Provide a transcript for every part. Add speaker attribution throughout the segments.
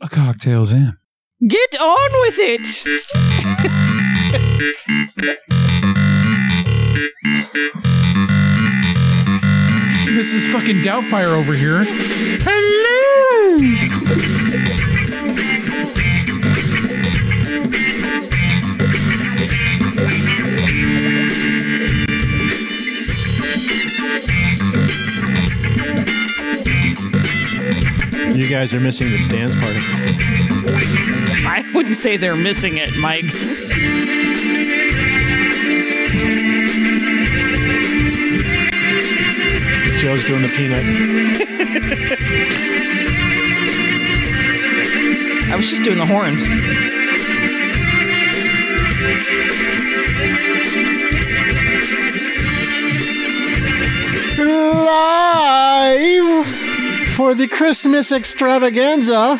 Speaker 1: a cocktail's in.
Speaker 2: Get on with it.
Speaker 1: Mrs. Fucking Doubtfire over here.
Speaker 2: Hello.
Speaker 3: You guys are missing the dance party.
Speaker 2: I wouldn't say they're missing it, Mike.
Speaker 3: Joe's doing the peanut.
Speaker 2: I was just doing the horns.
Speaker 3: Live for the Christmas extravaganza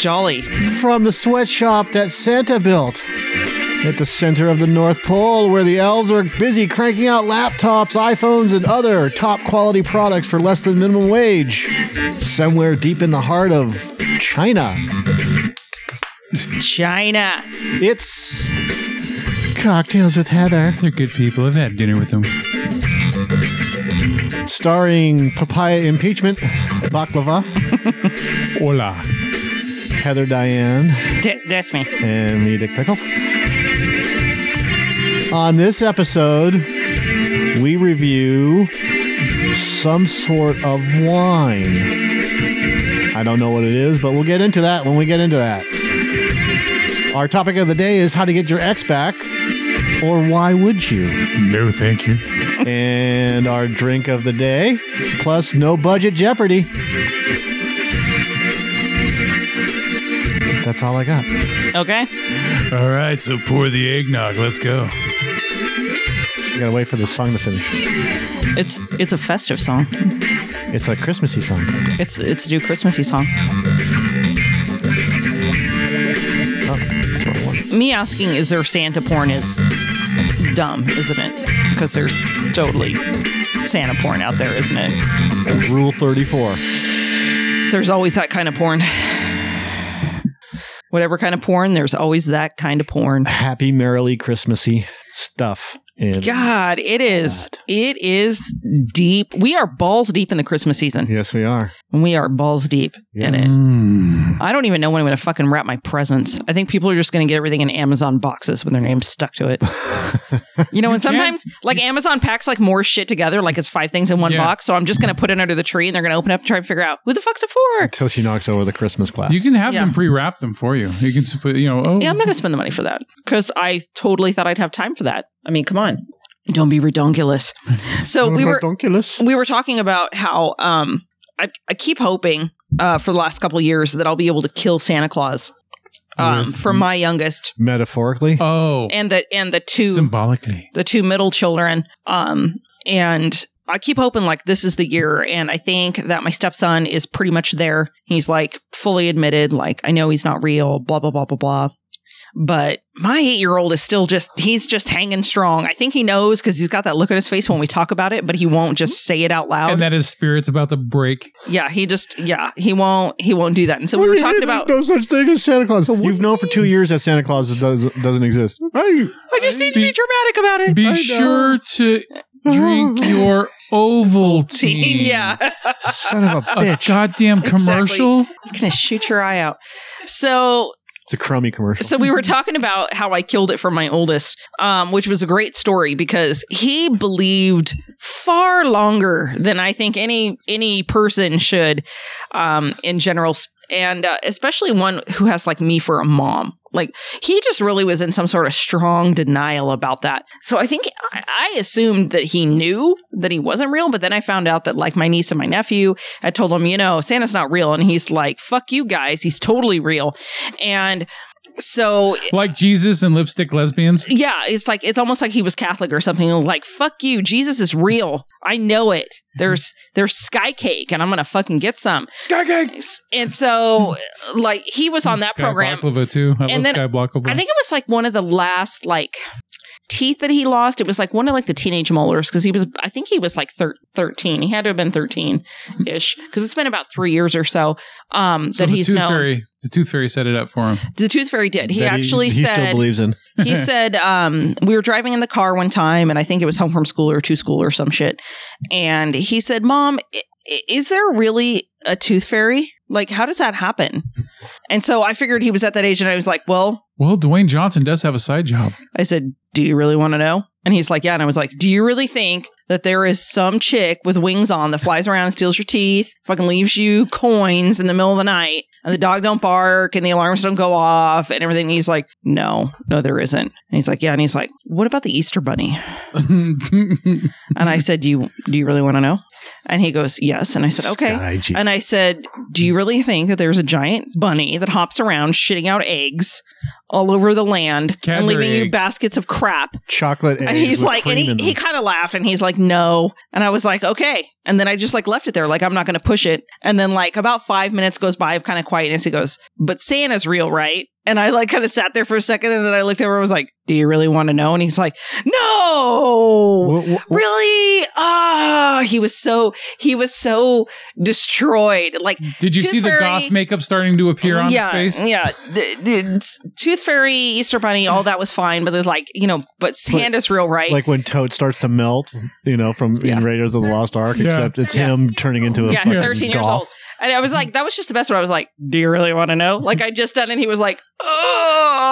Speaker 2: Jolly.
Speaker 3: from the sweatshop that Santa built. At the center of the North Pole, where the elves are busy cranking out laptops, iPhones, and other top quality products for less than minimum wage. Somewhere deep in the heart of China.
Speaker 2: China.
Speaker 3: It's Cocktails with Heather,
Speaker 1: They're good people. I've had dinner with them.
Speaker 3: starring Papaya Impeachment, Baklava,
Speaker 1: Hola.
Speaker 3: Heather Diane,
Speaker 2: D- that's me.
Speaker 3: and me, Dick Pickles. On this episode, we review some sort of wine. I don't know what it is, but we'll get into that when we get into that. Our topic of the day is how to get your ex back, or why would you?
Speaker 1: No, thank you.
Speaker 3: and our drink of the day, plus no budget Jeopardy. That's all I got.
Speaker 2: Okay.
Speaker 1: All right, so pour the eggnog. Let's go.
Speaker 3: I gotta wait for the song to finish.
Speaker 2: It's it's a festive song.
Speaker 3: It's a Christmassy song.
Speaker 2: It's it's a new Christmassy song.
Speaker 3: Oh, that's what I want.
Speaker 2: Me asking is there Santa porn is dumb, isn't it? Because there's totally Santa porn out there, isn't it?
Speaker 3: Rule 34.
Speaker 2: There's always that kind of porn. Whatever kind of porn, there's always that kind of porn.
Speaker 3: Happy, merrily Christmassy stuff. And
Speaker 2: God, it is it is deep. We are balls deep in the Christmas season.
Speaker 3: Yes, we are.
Speaker 2: And we are balls deep in
Speaker 3: Yes.
Speaker 2: it.
Speaker 1: Hmm.
Speaker 2: I don't even know when I'm going to fucking wrap my presents. I think people are just going to get everything in Amazon boxes with their names stuck to it. you know, and sometimes like Amazon packs like more shit together, like it's five things in one
Speaker 1: Yeah.
Speaker 2: box. So I'm just going to put it under the tree and they're going to open up and try and figure out who the fuck's it for.
Speaker 3: Until she knocks over the Christmas class.
Speaker 1: You can have
Speaker 2: Yeah.
Speaker 1: them pre-wrap them for you. You can, s- put, you know, oh,
Speaker 2: Yeah, I'm not going to spend the money for that because I totally thought I'd have time for that. I mean, come on. Don't be redonkulous. So we were
Speaker 3: Redonkulous.
Speaker 2: we were talking about how um, I, I keep hoping uh, for the last couple of years that I'll be able to kill Santa Claus um,
Speaker 1: With-
Speaker 2: for my youngest
Speaker 3: Metaphorically.
Speaker 1: oh,
Speaker 2: and the and the two
Speaker 1: symbolically.
Speaker 2: the two middle children. Um, and I keep hoping like this is the year. And I think that my stepson is pretty much there. He's like fully admitted, like, I know he's not real, blah, blah, blah, blah, blah. But my eight year old is still just, he's just hanging strong. I think he knows because he's got that look on his face when we talk about it, but he won't just say it out loud.
Speaker 1: And that his spirit's about to break.
Speaker 2: yeah, he just, yeah, he won't, he won't do that. And so we were talking about,
Speaker 3: There's no such thing as Santa Claus. You've known for two years that Santa Claus does, doesn't exist. Hey,
Speaker 2: I just need to be
Speaker 1: Be-
Speaker 2: dramatic about it.
Speaker 1: Be sure to drink your Ovaltine.
Speaker 2: yeah.
Speaker 3: son of a
Speaker 1: A
Speaker 3: bitch.
Speaker 1: goddamn
Speaker 2: Exactly.
Speaker 1: commercial.
Speaker 2: I'm going to shoot your eye out. So
Speaker 3: It's a crummy commercial.
Speaker 2: So we were talking about how I killed it for my oldest, um, which was a great story because he believed far longer than I think any any person should, um, in general, s- and uh, especially one who has like me for a mom. Like he just really was in some sort of strong denial about that. So I think I, I assumed that he knew that he wasn't real, but then I found out that like my niece and my nephew, I told him, you know, Santa's not real, and he's like, "Fuck you guys, he's totally real," and. So
Speaker 1: Like Jesus and lipstick lesbians.
Speaker 2: yeah, it's like it's almost like he was Catholic or something. Like fuck you, Jesus is real. I know it. There's there's sky cake, and I'm gonna fucking get some.
Speaker 1: Sky cake.
Speaker 2: And so, like he was on that
Speaker 1: Sky
Speaker 2: program.
Speaker 1: Baklava too. I love
Speaker 2: And then-
Speaker 1: Sky Baklava.
Speaker 2: I think it was like one of the last like teeth that he lost. It was like one of like the teenage molars because he was, I think he was like thir- 13. He had to have been 13 ish because it's been about three years or so um,
Speaker 1: So
Speaker 2: that
Speaker 1: the
Speaker 2: he's
Speaker 1: tooth
Speaker 2: known.
Speaker 1: fairy, the tooth fairy set it up for him.
Speaker 2: The tooth fairy did. He
Speaker 4: that
Speaker 2: actually
Speaker 4: he,
Speaker 2: said,
Speaker 4: still believes in.
Speaker 2: he said um, we were driving in the car one time and i think it was home from school or to school or some shit and he said mom i- i- is there really a tooth fairy like how does that happen and so i figured he was at that age and i was like well
Speaker 1: Well, Dwayne Johnson does have a side job.
Speaker 2: i said do you really want to know and he's like yeah and i was like do you really think that there is some chick with wings on that flies around and steals your teeth fucking leaves you coins in the middle of the night and the dog don't bark and the alarms don't go off and everything. And he's like, no, no, there isn't. And he's like, yeah. And he's like, what about the Easter Bunny? And I said, do you do you really want to know? And he goes, yes. And I said, okay.
Speaker 4: Sky Jesus.
Speaker 2: And I said, do you really think that there's a giant bunny that hops around shitting out eggs all over the land and
Speaker 1: Cadbury
Speaker 2: leaving you
Speaker 1: eggs.
Speaker 2: baskets of crap?
Speaker 4: chocolate
Speaker 2: and he's like, and he, he kind of laughed and he's like, no. And I was like, okay. And then I just like left it there. Like, I'm not going to push it. And then like about five minutes goes by of kind of quietness. He goes, but Santa's real, right? And I like kind of sat there for a second and then I looked over and was like, do you really want to know? And he's like, no really ah he was so he was so destroyed like
Speaker 1: Did you
Speaker 2: Tooth
Speaker 1: see the
Speaker 2: fairy-
Speaker 1: goth makeup starting to appear on
Speaker 2: yeah
Speaker 1: his face?
Speaker 2: yeah the, the tooth fairy easter bunny all that was fine but there's like you know but santa's real right
Speaker 4: like when Toad starts to melt, you know, from
Speaker 2: Yeah.
Speaker 4: in Raiders of the Lost Ark,
Speaker 1: Yeah.
Speaker 4: except it's
Speaker 2: Yeah.
Speaker 4: him turning into a
Speaker 2: yeah
Speaker 4: fucking
Speaker 2: 13 years
Speaker 4: goth.
Speaker 2: old and i was like that was just the best one i was like do you really want to know like i just done and he was like oh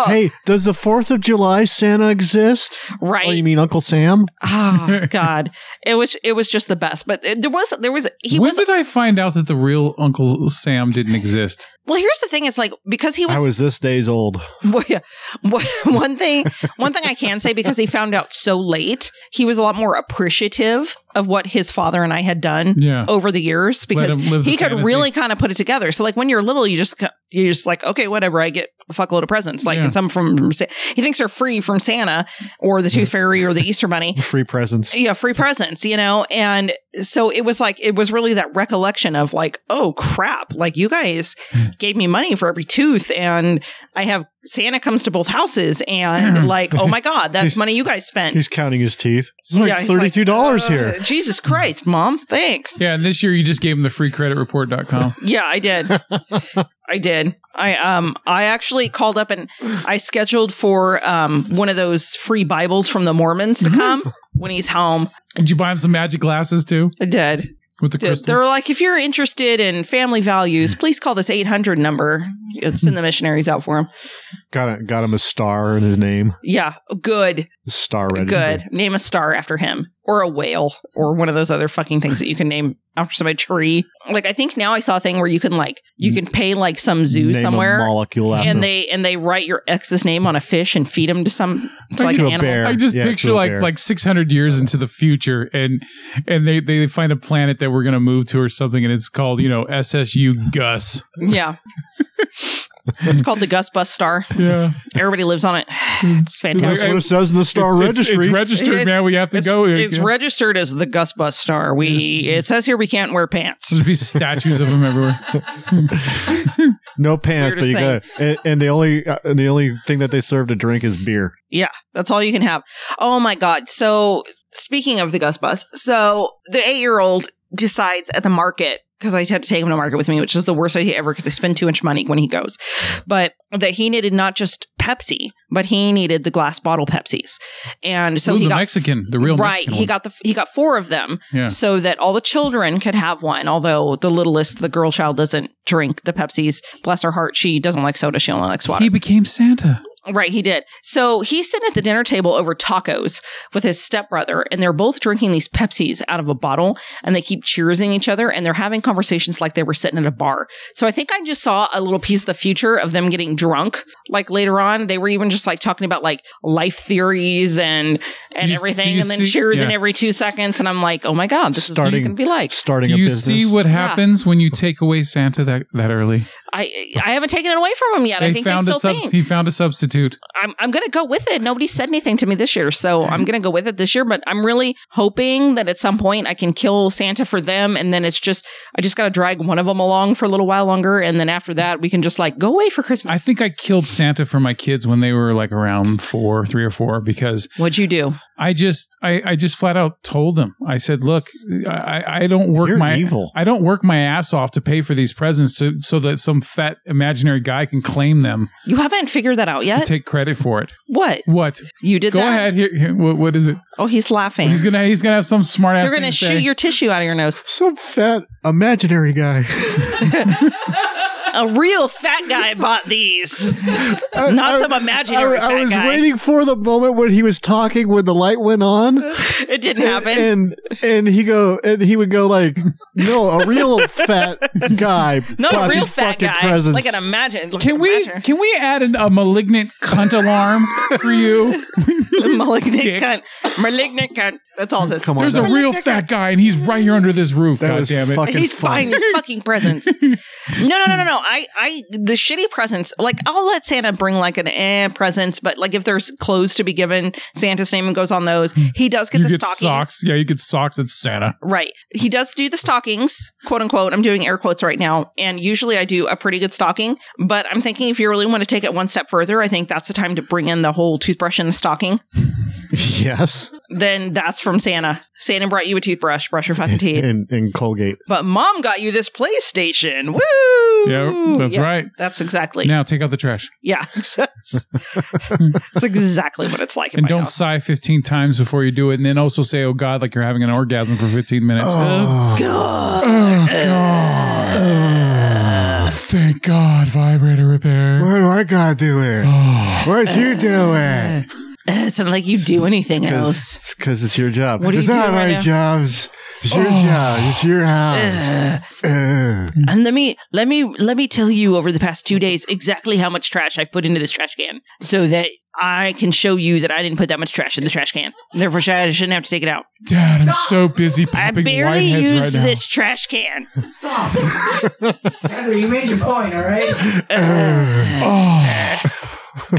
Speaker 4: Hey, does the Fourth of July Santa exist? Oh, you
Speaker 2: right
Speaker 4: mean Uncle Sam?
Speaker 2: oh god it was it was just the best but it- there was there was he
Speaker 1: when
Speaker 2: was
Speaker 1: did I find out that the real Uncle Sam didn't exist?
Speaker 2: well here's the thing it's like because he
Speaker 4: I was this day's old.
Speaker 2: Well, yeah. Well, one thing, one thing I can say because he found out so late, he was a lot more appreciative of what his father and I had done
Speaker 1: Yeah.
Speaker 2: over the years because
Speaker 1: him live the
Speaker 2: he could
Speaker 1: fantasy.
Speaker 2: really kind of put it together. So, like when you're little, you just ca- you're just like, okay, whatever. I get a fuckload of presents, like
Speaker 1: Yeah.
Speaker 2: and some from, from Sa- he thinks they're free from Santa or the Tooth Fairy or the Easter Bunny.
Speaker 4: Free presents.
Speaker 2: Yeah, free presents, you know? And so it was like, it was really that recollection of like, oh crap, like you guys gave me money for every tooth and I have Santa comes to both houses and like, oh my God, that's
Speaker 4: He's-
Speaker 2: money you guys spent.
Speaker 4: He's counting his teeth. It's like
Speaker 2: Yeah, he's
Speaker 4: thirty-two dollars
Speaker 2: "Uh,
Speaker 4: here.
Speaker 2: Jesus Christ, mom. Thanks.
Speaker 1: Yeah, and this year you just gave him the freecreditreport.com.
Speaker 2: Yeah, I did. I did. I um I actually called up and I scheduled for um one of those free Bibles from the Mormons
Speaker 4: Mm-hmm.
Speaker 2: to come when he's home.
Speaker 1: Did you buy him some magic glasses too
Speaker 2: I did.
Speaker 1: with the
Speaker 2: Yeah,
Speaker 1: crystals?
Speaker 2: They're like, if you're interested in family values,
Speaker 4: Mm.
Speaker 2: please call this 800 number. It's in the missionaries out for him.
Speaker 4: Got a, got him a star in his name.
Speaker 2: Yeah, good,
Speaker 4: Star ready.
Speaker 2: good. Name a star after him or a whale or one of those other fucking things that you can name after some a tree. Like, I think now I saw a thing where you can like, you can pay like some zoo
Speaker 4: Mm. Name a
Speaker 2: somewhere.
Speaker 4: molecule after
Speaker 2: And they and they write your ex's name on a fish and feed him to some to like
Speaker 4: To
Speaker 2: an
Speaker 4: a
Speaker 2: animal.
Speaker 4: bear.
Speaker 1: I just
Speaker 4: Yeah,
Speaker 1: picture
Speaker 4: to a
Speaker 1: like
Speaker 4: bear.
Speaker 1: like 600 years into the future, and and they they find a planet that we're gonna move to or something, and it's called you know SSU Gus.
Speaker 2: Yeah, it's called the Gus Bus Star.
Speaker 1: Yeah,
Speaker 2: Everybody lives on it. It's fantastic.
Speaker 4: That's what it says in the star
Speaker 1: It's- it's-
Speaker 4: registry.
Speaker 1: It's, registered,
Speaker 2: It's-
Speaker 1: man. We have to
Speaker 2: It's,
Speaker 1: go.
Speaker 2: it's
Speaker 1: Yeah.
Speaker 2: registered as the Gus Bus Star. We it says here we can't wear pants.
Speaker 1: There'll be statues of him everywhere.
Speaker 4: no pants, but you
Speaker 2: Weirdest
Speaker 4: got. And, and the only uh, and the only thing that they serve to drink is beer.
Speaker 2: Yeah, that's all you can have. Oh my god! So speaking of the Gus Bus, so the eight year old decides at the market because I had to take him to market with me, which is the worst idea ever because I spend too much money when he goes. But that he needed not just Pepsi, but he needed the glass bottle Pepsis, and so
Speaker 1: Ooh,
Speaker 2: he
Speaker 1: the
Speaker 2: got
Speaker 1: Mexican, the real
Speaker 2: right.
Speaker 1: Mexican.
Speaker 2: he
Speaker 1: one.
Speaker 2: got the he got four of them.
Speaker 1: yeah.
Speaker 2: so that all the children could have one. Although the littlest, the girl child, doesn't drink the Pepsis. Bless her heart, she doesn't like soda. She only likes water.
Speaker 1: He became Santa.
Speaker 2: right, he did. So he's sitting at the dinner table over tacos with his stepbrother, and they're both drinking these Pepsis out of a bottle, and they keep cheersing each other, and they're having conversations like they were sitting at a bar. So I think I just saw a little piece of the future of them getting drunk. Like later on, they were even just like talking about like life theories and and
Speaker 1: you- do
Speaker 2: everything,
Speaker 1: you
Speaker 2: and then
Speaker 1: see-
Speaker 2: cheers in
Speaker 1: yeah.
Speaker 2: every two seconds, and I'm like, oh my god, this is what
Speaker 4: Starting-
Speaker 2: it's going to be like.
Speaker 4: Starting
Speaker 1: Do
Speaker 4: a
Speaker 1: you
Speaker 4: business.
Speaker 1: see what
Speaker 2: Yeah.
Speaker 1: happens when you take away Santa that, that early?
Speaker 2: I I haven't taken it away from him yet. I think they
Speaker 1: found a
Speaker 2: still
Speaker 1: subs-
Speaker 2: think.
Speaker 1: he found a Institute.
Speaker 2: I'm, I'm going to go with it. Nobody said anything to me this year, so I'm going to go with it this year. But I'm really hoping that at some point I can kill Santa for them, and then it's just I just got to drag one of them along for a little while longer, and then after that we can just like go away for Christmas.
Speaker 1: I think I killed Santa for my kids when they were like around four, three or four, because
Speaker 2: What'd you do?
Speaker 1: I just, I, I just flat out told them. I said, "Look, I, I- I don't work
Speaker 4: You're
Speaker 1: my,
Speaker 4: evil.
Speaker 1: I don't work my ass off to pay for these presents, so, so that some fat imaginary guy can claim them
Speaker 2: You haven't figured that out
Speaker 1: to
Speaker 2: yet.
Speaker 1: take credit for it."
Speaker 2: what
Speaker 1: What?
Speaker 2: you did?
Speaker 1: Go
Speaker 2: Uh, that?
Speaker 1: ahead. Here, here what, what is it?
Speaker 2: Oh, he's laughing.
Speaker 1: He's gonna, he's gonna have some smart ass.
Speaker 2: You're going to shoot your tissue out of your nose.
Speaker 3: Some fat imaginary guy.
Speaker 2: A real fat guy bought these, not
Speaker 3: I-
Speaker 2: some
Speaker 3: I,
Speaker 2: imaginary fat
Speaker 3: I was
Speaker 2: guy.
Speaker 3: waiting for the moment when he was talking when the light went on,
Speaker 2: It didn't happen.
Speaker 3: and and he go and he would go like, "No, a real fat guy
Speaker 2: not
Speaker 3: bought
Speaker 2: a real
Speaker 3: these
Speaker 2: fat
Speaker 3: fucking
Speaker 2: guy.
Speaker 3: presents."
Speaker 2: Like an imagine. Like
Speaker 1: Can
Speaker 2: an
Speaker 1: we
Speaker 2: imaginer.
Speaker 1: can we add an, a malignant cunt alarm for you?
Speaker 2: malignant
Speaker 1: Dick.
Speaker 2: cunt, malignant cunt. That's all this.
Speaker 3: Come on,
Speaker 1: There's a
Speaker 3: that-
Speaker 1: real fat guy, and he's right here under this roof.
Speaker 3: that
Speaker 1: God
Speaker 3: was
Speaker 1: damn it!
Speaker 3: fucking
Speaker 2: He's
Speaker 3: funny.
Speaker 2: buying these fucking presents. No, no, no, no, no. I, I, the shitty presents. Like, I'll let Santa bring like an eh presents, but like if there's clothes to be given, Santa's name goes on those. He does get
Speaker 1: you
Speaker 2: the
Speaker 1: get
Speaker 2: stockings.
Speaker 1: socks. Yeah, you get socks. That's Santa.
Speaker 2: Right. He does do the stockings, quote unquote. I'm doing air quotes right now. And usually I do a pretty good stocking, but I'm thinking if you really want to take it one step further, I think that's the time to bring in the whole toothbrush in the stocking.
Speaker 3: yes,
Speaker 2: Then that's from Santa. Santa brought you a toothbrush, brush your fucking teeth.
Speaker 3: and and Colgate.
Speaker 2: But mom got you this PlayStation. Woo!
Speaker 1: Yeah, that's
Speaker 2: Yeah,
Speaker 1: right.
Speaker 2: That's exactly.
Speaker 1: Now take out the trash
Speaker 2: Yeah. That's, that's exactly what it's like. in
Speaker 1: and
Speaker 2: my
Speaker 1: don't
Speaker 2: house.
Speaker 1: sigh 15 times before you do it, and then also say, "Oh God," like you're having an orgasm for 15 minutes. Oh, God.
Speaker 3: Uh,
Speaker 1: Oh, thank God, vibrator repair.
Speaker 3: What do I gotta do here? What you doing?
Speaker 2: Uh, It's not like you do anything else.
Speaker 3: It's because it's your job.
Speaker 2: What are you
Speaker 3: it's not
Speaker 2: doing
Speaker 3: my
Speaker 2: right now?
Speaker 3: jobs. It's your job. It's your house. Ugh.
Speaker 2: And let me let me let me tell you over the past two days exactly how much trash I put into this trash can, so that I can show you that I didn't put that much trash in the trash can. Therefore, sh- I shouldn't have to take it out.
Speaker 1: Dad, I'm so busy
Speaker 2: I
Speaker 1: popping
Speaker 2: barely
Speaker 1: whiteheads right
Speaker 2: used
Speaker 1: now.
Speaker 2: this trash can.
Speaker 5: Stop. Heather, you made your point, all right?
Speaker 1: Oh,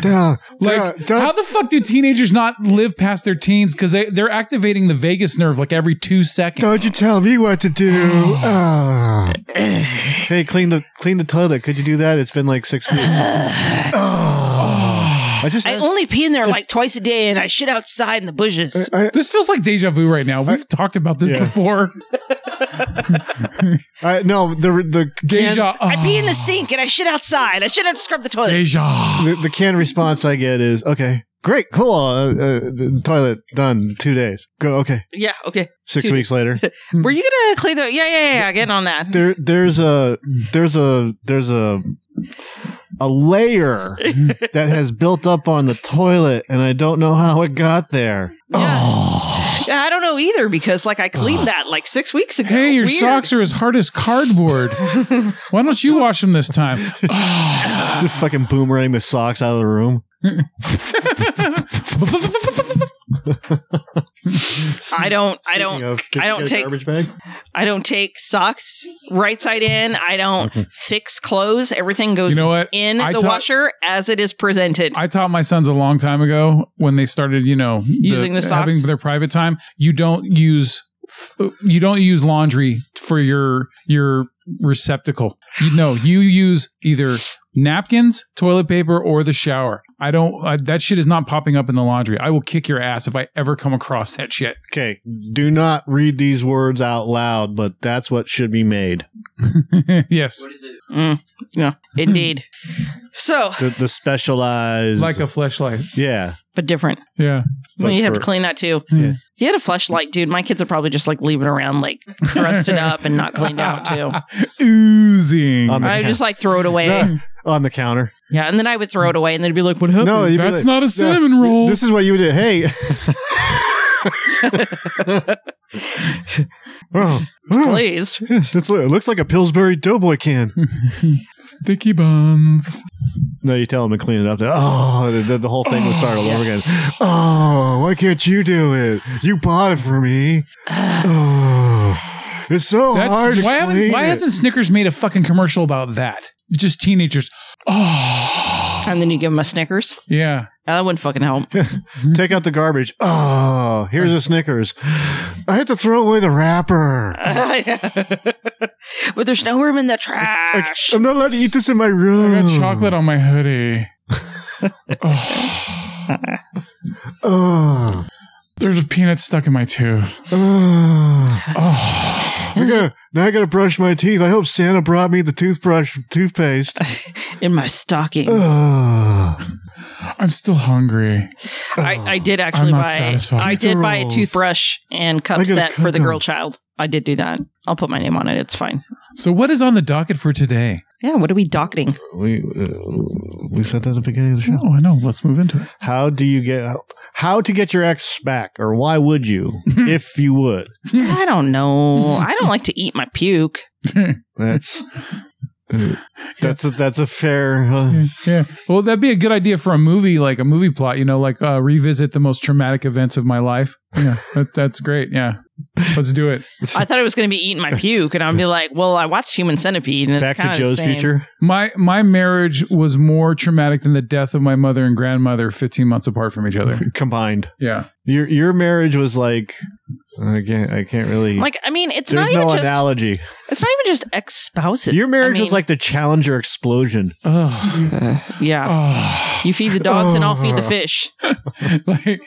Speaker 3: Duh.
Speaker 1: like
Speaker 3: Duh. Duh.
Speaker 1: how the fuck do teenagers not live past their teens? Because they they're activating the vagus nerve like every two seconds.
Speaker 3: Don't you tell me what to do. Ah.
Speaker 4: Hey, clean the clean the toilet. Could you do that? It's been like six weeks.
Speaker 3: Ah. I just
Speaker 2: I only pee in there like twice a day, and I shit outside in the bushes.
Speaker 1: This feels like deja vu right now. We've talked about this
Speaker 3: Yeah.
Speaker 1: before.
Speaker 3: I, no the the can,
Speaker 1: Deja.
Speaker 2: I
Speaker 1: ah,
Speaker 2: pee in the sink and I shit outside. I should have scrubbed the toilet.
Speaker 1: deja.
Speaker 3: the, the canned response I get is okay, great, cool. Uh, uh, the toilet done. Two days. Go. Okay.
Speaker 2: Yeah, okay.
Speaker 3: Six
Speaker 2: Two
Speaker 3: weeks later,
Speaker 1: Hmm.
Speaker 2: Were you gonna clean the? Yeah, yeah, yeah. Get on that.
Speaker 3: there there's a there's a there's a a layer that has built up on the toilet, and I don't know how it got there.
Speaker 2: Yeah, I don't know either because like I cleaned that like six weeks ago.
Speaker 1: Hey, your
Speaker 2: Weird.
Speaker 1: socks are as hard as cardboard. Why don't you wash them this time?
Speaker 3: Just fucking boomerang the socks out of the room.
Speaker 2: I don't. I don't.
Speaker 3: Speaking of, did
Speaker 2: I
Speaker 3: you
Speaker 2: don't
Speaker 3: get a
Speaker 2: take-
Speaker 3: garbage bag.
Speaker 2: I don't take socks right side in. I don't fix clothes. Everything goes
Speaker 1: Mm-hmm. You know what?
Speaker 2: in
Speaker 1: I
Speaker 2: the
Speaker 1: taught-
Speaker 2: washer as it is presented.
Speaker 1: I taught my sons a long time ago when they started, you know, the-
Speaker 2: Using the socks?
Speaker 1: having their private time. You don't use you don't use laundry for your your receptacle. You know, you use either napkins, toilet paper, or the shower. I don't. Uh, that shit is not popping up in the laundry. I will kick your ass if I ever come across that shit.
Speaker 3: Okay, do not read these words out loud, but that's what should be made.
Speaker 1: yes,
Speaker 2: Mm, yeah,
Speaker 1: Hmm.
Speaker 2: indeed. So,
Speaker 3: The, the specialized,
Speaker 1: like a flashlight.
Speaker 3: yeah,
Speaker 2: but different.
Speaker 1: Yeah.
Speaker 3: But
Speaker 2: you have to
Speaker 3: for-
Speaker 2: clean that too.
Speaker 1: Yeah.
Speaker 2: You had a flashlight, dude. My kids are probably just like leaving around, like crusted up and not cleaned out too.
Speaker 1: Oozing.
Speaker 3: On the
Speaker 2: I would
Speaker 3: counter.
Speaker 2: just like throw it away.
Speaker 3: No, on the counter.
Speaker 2: Yeah, and then I would throw it away, and they'd be like, "What happened?"
Speaker 3: No, you'd be
Speaker 1: That's
Speaker 3: like,
Speaker 1: not a cinnamon roll.
Speaker 3: This is what you would do. Hey. Oh, oh,
Speaker 2: Pleased.
Speaker 3: it's- it looks like a Pillsbury Doughboy can.
Speaker 1: Sticky buns.
Speaker 3: No, you tell them to clean it up. Oh, the, the whole thing would start all over again. Oh, why can't you do it? You bought it for me. Oh, It's so
Speaker 1: That's,
Speaker 3: hard.
Speaker 1: why
Speaker 3: to
Speaker 1: haven't,
Speaker 3: clean
Speaker 1: why
Speaker 3: it.
Speaker 1: hasn't Snickers made a fucking commercial about that? Just teenagers. Oh,
Speaker 2: And then you give them a Snickers.
Speaker 1: yeah.
Speaker 2: That wouldn't fucking help.
Speaker 3: Take out the garbage. Oh, here's a Snickers. I had to throw away the wrapper.
Speaker 2: but there's no room in the
Speaker 3: I,
Speaker 2: trash.
Speaker 3: am not allowed to eat this in my
Speaker 1: I
Speaker 3: room.
Speaker 1: got chocolate on my hoodie. Oh,
Speaker 3: Oh,
Speaker 1: there's a peanut stuck in my tooth.
Speaker 3: oh.
Speaker 1: Oh,
Speaker 3: I gotta, now I gotta brush my teeth. I hope Santa brought me the toothbrush toothpaste.
Speaker 2: in my stocking.
Speaker 3: Oh.
Speaker 1: I'm still hungry.
Speaker 2: I, I did actually
Speaker 1: I'm not
Speaker 2: buy
Speaker 1: satisfied.
Speaker 2: I did buy a
Speaker 3: Girls.
Speaker 2: toothbrush and
Speaker 3: I
Speaker 2: cup
Speaker 3: gotta
Speaker 2: set for
Speaker 3: cut
Speaker 2: the girl
Speaker 3: them.
Speaker 2: child. I did do that. I'll put my name on it. It's fine.
Speaker 1: So, what is on the docket for today?
Speaker 2: Yeah, what are we docketing?
Speaker 3: We uh, we said that at the beginning of the show.
Speaker 1: Oh, I know. Let's move into it.
Speaker 4: How do you get how to get your ex back, or why would you if you would?
Speaker 3: Hmm.
Speaker 2: I don't know. I don't like to eat my puke.
Speaker 3: That's that's a, that's a fair. Uh,
Speaker 1: Yeah. Well, that'd be a good idea for a movie, like a movie plot, you know, like uh, revisit the most traumatic events of my life. Yeah. That, that's great. Yeah. Let's do it.
Speaker 2: I thought it was going to be eating my puke, and I'd be like, "Well, I watched Human Centipede, and it's
Speaker 4: Back to
Speaker 2: kinda the
Speaker 4: Joe's
Speaker 2: same.
Speaker 4: future.
Speaker 1: My my marriage was more traumatic than the death of my mother and grandmother 15 months apart from each other.
Speaker 3: combined,
Speaker 1: Yeah.
Speaker 3: your your marriage was like I can't I can't really.
Speaker 2: Like, I mean, it's
Speaker 3: there's
Speaker 2: not
Speaker 3: no
Speaker 2: even just
Speaker 3: analogy.
Speaker 2: it's not even just ex spouses.
Speaker 3: Your marriage
Speaker 2: I
Speaker 3: was like the Challenger explosion.
Speaker 1: Ugh.
Speaker 2: mean, yeah.
Speaker 1: Ugh.
Speaker 2: You feed the dogs, and I'll feed the fish.
Speaker 1: Ah. like,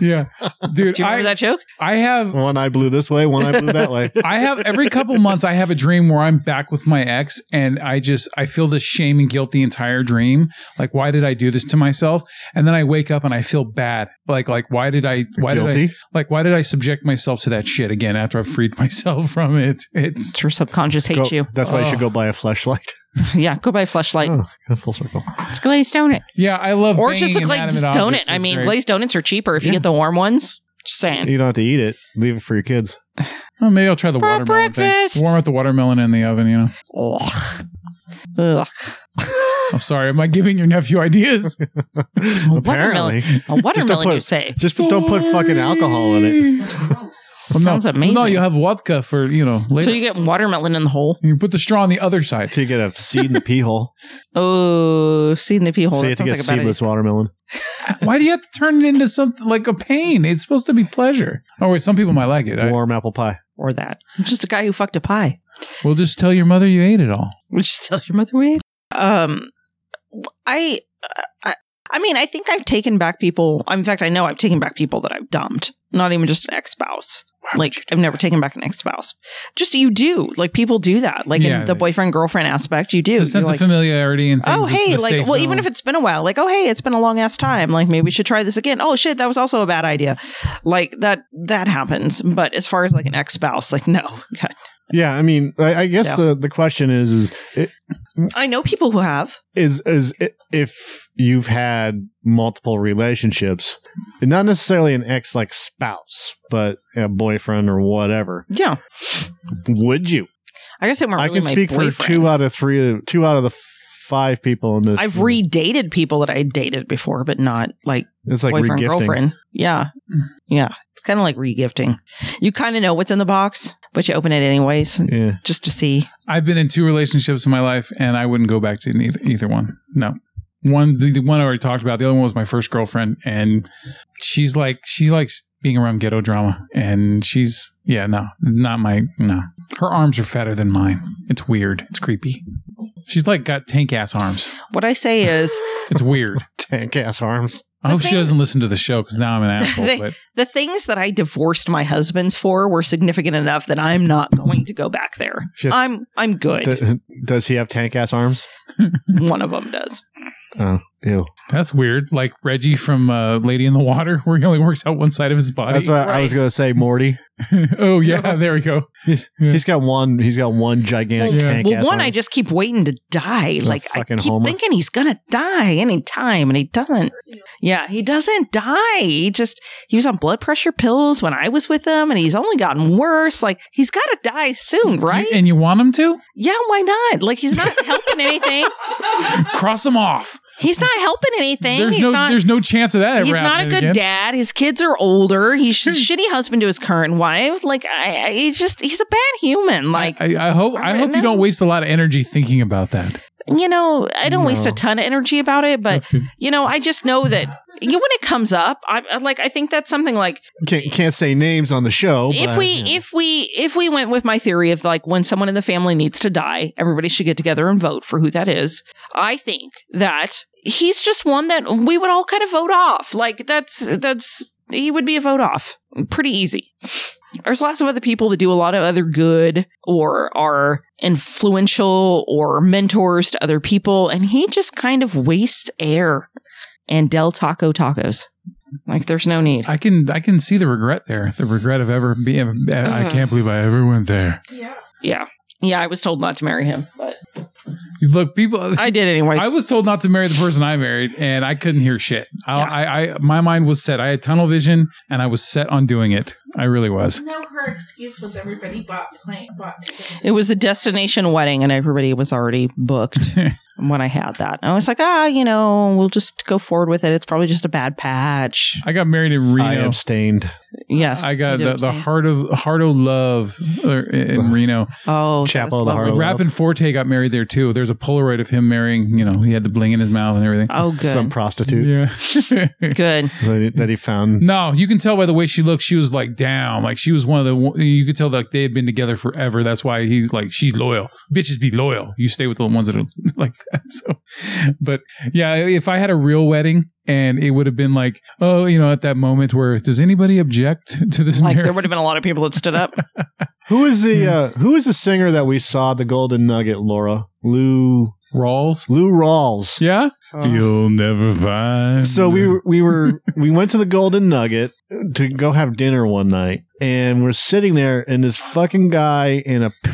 Speaker 1: yeah. Dude,
Speaker 2: Do you remember
Speaker 1: I,
Speaker 2: that joke?
Speaker 1: I have
Speaker 3: One eye blew this way, one eye blew that way.
Speaker 1: I have every couple months I have a dream where I'm back with my ex and I just I feel this shame and guilt the entire dream. Like why did I do this to myself? And then I wake up and I feel bad. Like like why did I why did I
Speaker 3: Guilty.
Speaker 1: like why did I subject myself to that shit again after I've freed myself from it? It's
Speaker 2: It's your subconscious
Speaker 3: Go-
Speaker 2: hates you. Oh.
Speaker 3: That's why you should
Speaker 1: Ugh.
Speaker 3: go buy a flashlight.
Speaker 2: yeah, go buy a flashlight.
Speaker 3: Oh, full circle.
Speaker 2: It's glazed donut,
Speaker 1: yeah, I love
Speaker 2: or
Speaker 1: banging
Speaker 2: just a glazed
Speaker 1: inanimate
Speaker 2: donut.
Speaker 1: objects.
Speaker 2: I
Speaker 1: It's
Speaker 2: mean,
Speaker 1: great.
Speaker 2: glazed donuts are cheaper if you get the warm ones. Just saying.
Speaker 3: You don't have to eat it. Leave it for your kids.
Speaker 1: Oh, maybe I'll try the
Speaker 2: For
Speaker 1: watermelon
Speaker 2: breakfast.
Speaker 1: thing. Warm up the watermelon in the oven, you know.
Speaker 2: Ugh. Ugh.
Speaker 1: I'm sorry, am I giving your nephew ideas?
Speaker 3: Apparently.
Speaker 2: A watermelon,
Speaker 3: put-
Speaker 2: you say?
Speaker 3: Just don't put fucking alcohol in it.
Speaker 1: Well, no.
Speaker 2: Sounds amazing.
Speaker 1: No, you'll have vodka for, you know,
Speaker 2: so
Speaker 1: later.
Speaker 2: you get watermelon in the hole.
Speaker 1: you put the straw on the other side.
Speaker 3: Till you get a seed in the pee hole.
Speaker 2: Oh, seed in the pee hole.
Speaker 3: so you
Speaker 2: That sounds
Speaker 3: have to get
Speaker 2: like a bad idea.
Speaker 3: seedless watermelon.
Speaker 1: Why do you have to turn it into something like a pain? It's supposed to be pleasure. Oh wait, some people might like it. I-
Speaker 3: Warm apple pie.
Speaker 2: or that. I'm just a guy who fucked a pie.
Speaker 1: we'll just tell your mother you ate it all.
Speaker 2: Would you tell your mother we? ate? Um, I, I, I mean, I think I've taken back people. In fact, I know I've taken back people that I've dumped. Not even just an ex spouse. Like I've never taken back an ex spouse. Just you do. Like people do that. Like
Speaker 1: Yeah,
Speaker 2: in the
Speaker 1: they-
Speaker 2: boyfriend girlfriend aspect, you do.
Speaker 1: The
Speaker 2: You're
Speaker 1: sense
Speaker 2: like,
Speaker 1: of familiarity and things.
Speaker 2: Oh
Speaker 1: is
Speaker 2: hey,
Speaker 1: the
Speaker 2: like
Speaker 1: safe
Speaker 2: well,
Speaker 1: zone.
Speaker 2: even if it's been a while, like oh hey, it's been a long ass time. Like maybe we should try this again. Oh shit, that was also a bad idea. Like that that happens. But as far as like an ex spouse, like no, God.
Speaker 3: Yeah, I mean, I, I guess
Speaker 2: Yeah.
Speaker 3: the, the question is is it-
Speaker 2: I know people who have.
Speaker 3: is is it, if you've had multiple relationships, and not necessarily an ex like spouse, but a boyfriend or whatever.
Speaker 2: Yeah,
Speaker 3: Would you?
Speaker 2: I guess it weren't.
Speaker 3: I
Speaker 2: really
Speaker 3: can
Speaker 2: my
Speaker 3: speak for
Speaker 2: boyfriend.
Speaker 3: two out of three, two out of the five people in this.
Speaker 2: I've redated people that I dated before, but not like
Speaker 3: It's like
Speaker 2: boyfriend
Speaker 3: regifting.
Speaker 2: girlfriend. Yeah, yeah. It's kind of like regifting. You kind of know what's in the box, but you open it anyways
Speaker 3: Yeah.
Speaker 2: just to see.
Speaker 1: I've been in two relationships in my life, and I wouldn't go back to neither, either one. No, one the, the one I already talked about. The other one was my first girlfriend, and she's like she likes being around ghetto drama, and she's yeah no not my no. Her arms are fatter than mine. It's weird. It's creepy. She's like got tank ass arms.
Speaker 2: What I say is
Speaker 1: It's weird.
Speaker 3: Tank ass arms.
Speaker 1: I
Speaker 2: The
Speaker 1: hope she
Speaker 2: thing-
Speaker 1: doesn't listen to the show because now I'm an asshole.
Speaker 2: thing-
Speaker 1: but
Speaker 2: the things that I divorced my husband's for were significant enough that I'm not going to go back there.
Speaker 3: Just-
Speaker 2: I'm I'm good.
Speaker 3: Th- does he have tank ass arms?
Speaker 2: One of them does.
Speaker 3: Oh, ew.
Speaker 1: that's weird. Like Reggie from uh, Lady in the Water, where he only works out one side of his body.
Speaker 3: That's what I was gonna say, Morty.
Speaker 1: oh yeah, there we go.
Speaker 3: He's
Speaker 1: Yeah.
Speaker 3: he's got one. He's got one gigantic
Speaker 1: Well, yeah.
Speaker 3: tank
Speaker 2: Well,
Speaker 3: ass.
Speaker 2: one
Speaker 3: arm.
Speaker 2: I just keep waiting to die. Like I
Speaker 3: fucking
Speaker 2: keep
Speaker 3: Homer.
Speaker 2: thinking he's gonna die anytime, and he doesn't. Yeah, he doesn't die. He just he was on blood pressure pills when I was with him, and he's only gotten worse. Like he's got to die soon,
Speaker 1: Do you-
Speaker 2: right?
Speaker 1: and you want him to
Speaker 2: yeah, why not? Like he's not helping anything.
Speaker 1: cross him off.
Speaker 2: He's not helping anything.
Speaker 1: There's
Speaker 2: he's
Speaker 1: no
Speaker 2: not.
Speaker 1: there's no chance of that ever
Speaker 2: He's not a
Speaker 1: happening
Speaker 2: good
Speaker 1: again.
Speaker 2: dad. His kids are older. He's a shitty husband to his current wife. Like I, I, he's just he's a bad human. Like
Speaker 1: I, I hope I
Speaker 2: Right,
Speaker 1: hope you
Speaker 2: no.
Speaker 1: don't waste a lot of energy thinking about that.
Speaker 2: you know, I don't waste a ton of energy about it, but
Speaker 1: That's good.
Speaker 2: you know, I just know that you know, when it comes up, I, I like I think that's something like
Speaker 3: Can't, can't say names on the show.
Speaker 2: if
Speaker 3: Oh, but,
Speaker 2: we
Speaker 3: you know.
Speaker 2: if we if we went with my theory of like when someone in the family needs to die, everybody should get together and vote for who that is. I think that he's just one that we would all kind of vote off. Like that's that's he would be a vote off. Pretty easy. There's lots of other people that do a lot of other good or are influential or mentors to other people, and he just kind of wastes air and Del Taco tacos. Like there's no need.
Speaker 1: I can I can see the regret there. The regret of ever being. I
Speaker 2: Ugh.
Speaker 1: can't believe I ever went there.
Speaker 5: Yeah.
Speaker 2: Yeah. Yeah, I was told not to marry him, but
Speaker 1: Look, people.
Speaker 2: I did anyways.
Speaker 1: I was told not to marry the person I married, and I couldn't hear shit. I,
Speaker 2: Yeah.
Speaker 1: I, I, my mind was set. I had tunnel vision, and I was set on doing it. I really was.
Speaker 5: No, her excuse was everybody bought plane bought tickets.
Speaker 2: it was a destination wedding, and everybody was already booked when I had that. And I was like, ah, you know, we'll just go forward with it. It's probably just a bad patch.
Speaker 1: I got married in
Speaker 3: I
Speaker 1: Reno.
Speaker 3: abstained.
Speaker 2: Yes,
Speaker 1: I got
Speaker 2: you
Speaker 1: the,
Speaker 2: know
Speaker 1: the
Speaker 2: what I'm
Speaker 1: heart of heart of love uh, in Reno.
Speaker 2: saying? oh
Speaker 3: Chapel
Speaker 2: that's
Speaker 3: of the Heart
Speaker 2: lovely.
Speaker 3: of Love.
Speaker 1: Rappin' Forte got married there too. There's a Polaroid of him marrying. You know, he had the bling in his mouth and everything.
Speaker 2: Oh, good,
Speaker 3: Some prostitute
Speaker 1: Yeah. Mm.
Speaker 2: good.
Speaker 3: that, he, that he found.
Speaker 1: no, you can tell by the way she looked. She was like down. Like she was one of the. one- You could tell that they had been together forever. That's why he's like she's loyal. Bitches be loyal. You stay with the ones that are like that. So, but yeah, if I had a real wedding. And it would have been like, oh, you know, at that moment where does anybody object to this
Speaker 2: Like
Speaker 1: marriage?
Speaker 2: there would have been a lot of people that stood up.
Speaker 3: Who is the
Speaker 1: Mm.
Speaker 3: uh, who is the singer that we saw at the Golden Nugget? Laura Lou
Speaker 1: Rawls?
Speaker 3: Lou Rawls.
Speaker 1: Yeah,
Speaker 2: Oh.
Speaker 1: you'll never find.
Speaker 3: So we were, we were we went to the Golden Nugget to go have dinner one night, and we're sitting there, and this fucking guy in a p-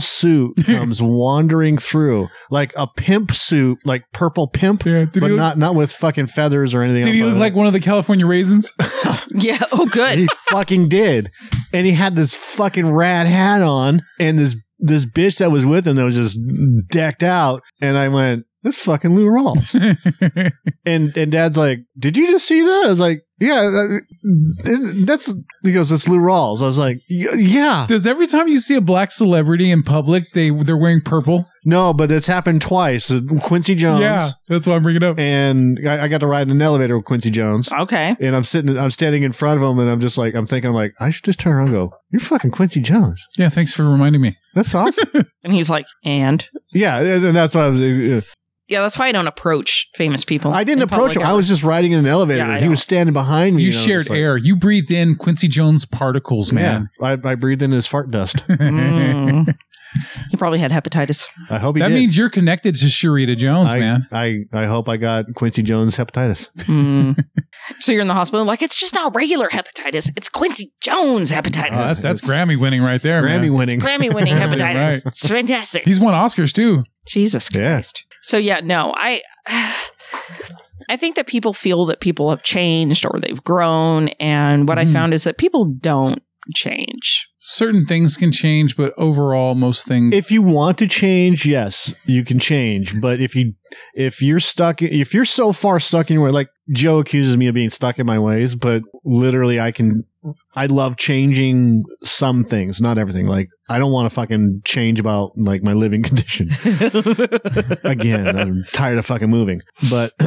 Speaker 3: suit comes wandering through, like a pimp suit, like purple pimp,
Speaker 1: Yeah, did
Speaker 3: but
Speaker 1: he look,
Speaker 3: not not with fucking feathers or anything.
Speaker 1: did
Speaker 3: else
Speaker 1: he
Speaker 3: on
Speaker 1: look
Speaker 3: it.
Speaker 1: like one of the California raisins?
Speaker 2: Yeah. Oh, good.
Speaker 3: he fucking did. And he had this fucking rad hat on and this this bitch that was with him that was just decked out. And I went, This fucking Lou Rawls. and and dad's like, Did you just see that? I was like, Yeah, that- that's he goes, That's Lou Rawls. I was like, "Y- Yeah.
Speaker 1: Does every time you see a black celebrity in public, they they're wearing purple?
Speaker 3: No, but it's happened twice. Quincy Jones.
Speaker 1: Yeah, that's why I'm bringing it up.
Speaker 3: And I, I got to ride in an elevator with Quincy Jones.
Speaker 2: Okay.
Speaker 3: And I'm sitting, I'm standing in front of him, and I'm just like, I'm thinking, I'm like, I should just turn around and go, You're fucking Quincy Jones.
Speaker 1: Yeah, thanks for reminding me.
Speaker 3: That's awesome.
Speaker 2: And he's like, and
Speaker 3: Yeah, and and that's what I was. uh,
Speaker 2: yeah, that's why I don't approach famous people.
Speaker 3: I
Speaker 2: in
Speaker 3: didn't approach
Speaker 2: public
Speaker 3: him. I
Speaker 2: ever.
Speaker 3: was just riding in an elevator.
Speaker 2: Yeah, I
Speaker 3: he was
Speaker 2: know.
Speaker 3: standing behind me.
Speaker 1: You
Speaker 3: and I was
Speaker 1: shared
Speaker 3: just like,
Speaker 1: air. You breathed in Quincy Jones particles, man.
Speaker 3: Yeah, I, I breathed in his fart dust.
Speaker 2: Mm. He probably had hepatitis.
Speaker 3: I hope he
Speaker 1: that
Speaker 3: did.
Speaker 1: means you're connected to Sharita Jones,
Speaker 3: I,
Speaker 1: man.
Speaker 3: I, I hope I got Quincy Jones hepatitis.
Speaker 1: Mm-hmm.
Speaker 2: Mm. so you're in the hospital, like it's just not regular hepatitis. It's Quincy Jones hepatitis.
Speaker 1: Oh, that- that's
Speaker 3: it's-
Speaker 1: Grammy winning right there, man.
Speaker 3: Grammy winning.
Speaker 2: Grammy winning
Speaker 1: Right.
Speaker 2: hepatitis. It's fantastic.
Speaker 1: He's won Oscars too.
Speaker 2: Jesus
Speaker 3: Yeah.
Speaker 2: Christ. So yeah, no, I I think that people feel that people have changed or they've grown and what I
Speaker 1: Mhm.
Speaker 2: found is that people don't change.
Speaker 1: Certain things can change, but overall, most things.
Speaker 3: If you want to change, yes, you can change. But if you if you're stuck, if you're so far stuck in your way, like Joe accuses me of being stuck in my ways, but literally, I can. I love changing some things, not everything. Like I don't want to fucking change about like my living condition. again i'm tired of fucking moving but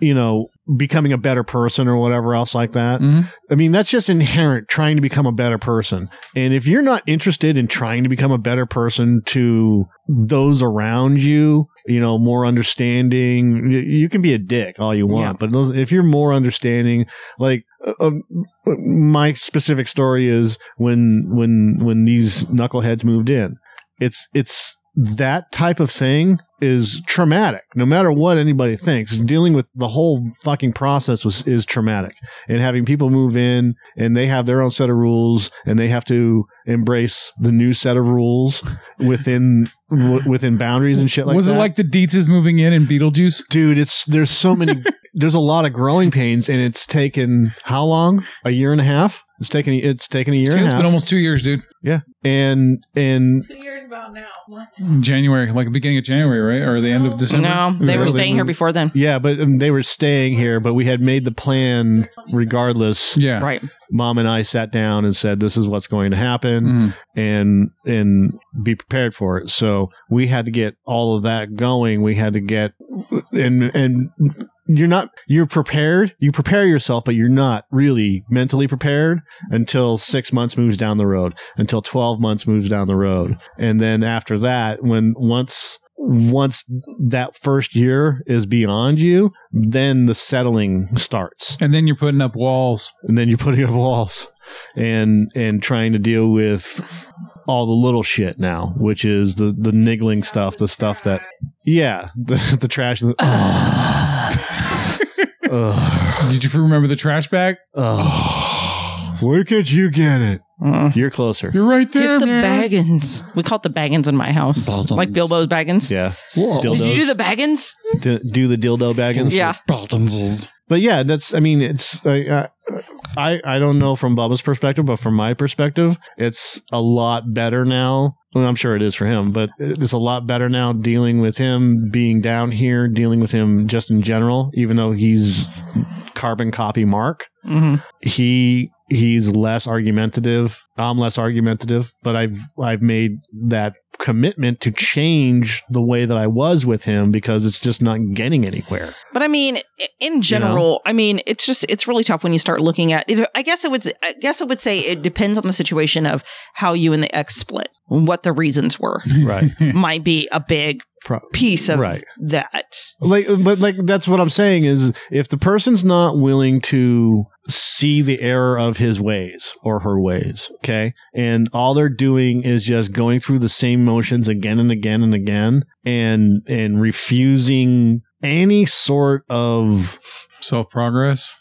Speaker 3: you know becoming a better person or whatever else like that
Speaker 1: Mhm.
Speaker 3: i mean that's just inherent trying to become a better person and if you're not interested in trying to become a better person to those around you you know more understanding y- you can be a dick all you want but those, if you're more understanding like uh, um, my specific story is when when when these knuckleheads moved in it's it's that type of thing is traumatic no matter what anybody thinks dealing with the whole fucking process was is traumatic and having people move in and they have their own set of rules and they have to embrace the new set of rules within w- within boundaries and shit like
Speaker 1: was
Speaker 3: that
Speaker 1: it like the Deets is moving in in Beetlejuice?
Speaker 3: dude it's there's so many there's a lot of growing pains and it's taken how long a year and a half It's taken it's taken a year and a
Speaker 1: It's
Speaker 3: half.
Speaker 1: been almost two years, dude.
Speaker 3: yeah, and and
Speaker 6: Two years about now. What?
Speaker 1: January, like beginning of January, right, or the end of December.
Speaker 2: No, they were
Speaker 1: Really?
Speaker 2: staying here before then.
Speaker 3: yeah, but um, they were staying here. But we had made the plan regardless.
Speaker 1: Yeah,
Speaker 2: Right.
Speaker 3: Mom and I sat down and said, "This is what's going to happen."
Speaker 1: Mm.
Speaker 3: and and be prepared for it. So we had to get all of that going. We had to get and and you're not you're prepared. You prepare yourself, but you're not really mentally prepared until six months moves down the road, until twelve months moves down the road, and then after that, when once once that first year is beyond you, then the settling starts
Speaker 1: And then you're putting up walls.
Speaker 3: and then you're putting up walls and and trying to deal with all the little shit now, which is the the niggling stuff, the stuff that yeah, the the trash. The, Ugh.
Speaker 1: Did you remember the trash bag?
Speaker 3: Ugh. Where could you get it? You're closer.
Speaker 1: You're right there,
Speaker 2: Mm. Get the
Speaker 1: man.
Speaker 2: baggins. We call it the baggins in my house,
Speaker 7: Baggins.
Speaker 2: like Bilbo's baggins.
Speaker 3: yeah,
Speaker 2: Did you
Speaker 3: dildos.
Speaker 2: do the baggins?
Speaker 3: Do, do the dildo baggins.
Speaker 2: Yeah.
Speaker 7: Baldanses.
Speaker 3: but yeah, that's. I mean, it's. Uh, uh, I I don't know from Bubba's perspective, but from my perspective, it's a lot better now. Well, I'm sure it is for him, but it's a lot better now dealing with him being down here, dealing with him just in general. Even though he's carbon copy Mark,
Speaker 2: hmm
Speaker 3: he he's less argumentative. I'm less argumentative, but I've I've made that commitment to change the way that I was with him because it's just not getting anywhere.
Speaker 2: But I mean, i- in general, I mean, it's just it's really tough when you start looking at. It, I guess it would. I guess I would say it depends on the situation of how you and the ex split, what the reasons were.
Speaker 3: Right.
Speaker 2: might be a big
Speaker 3: Pro-
Speaker 2: piece of
Speaker 3: right.
Speaker 2: that.
Speaker 3: like but like that's what i'm saying is if the person's not willing to see the error of his ways or her ways okay and all they're doing is just going through the same motions again and again and again and and refusing any sort of
Speaker 1: Self progress.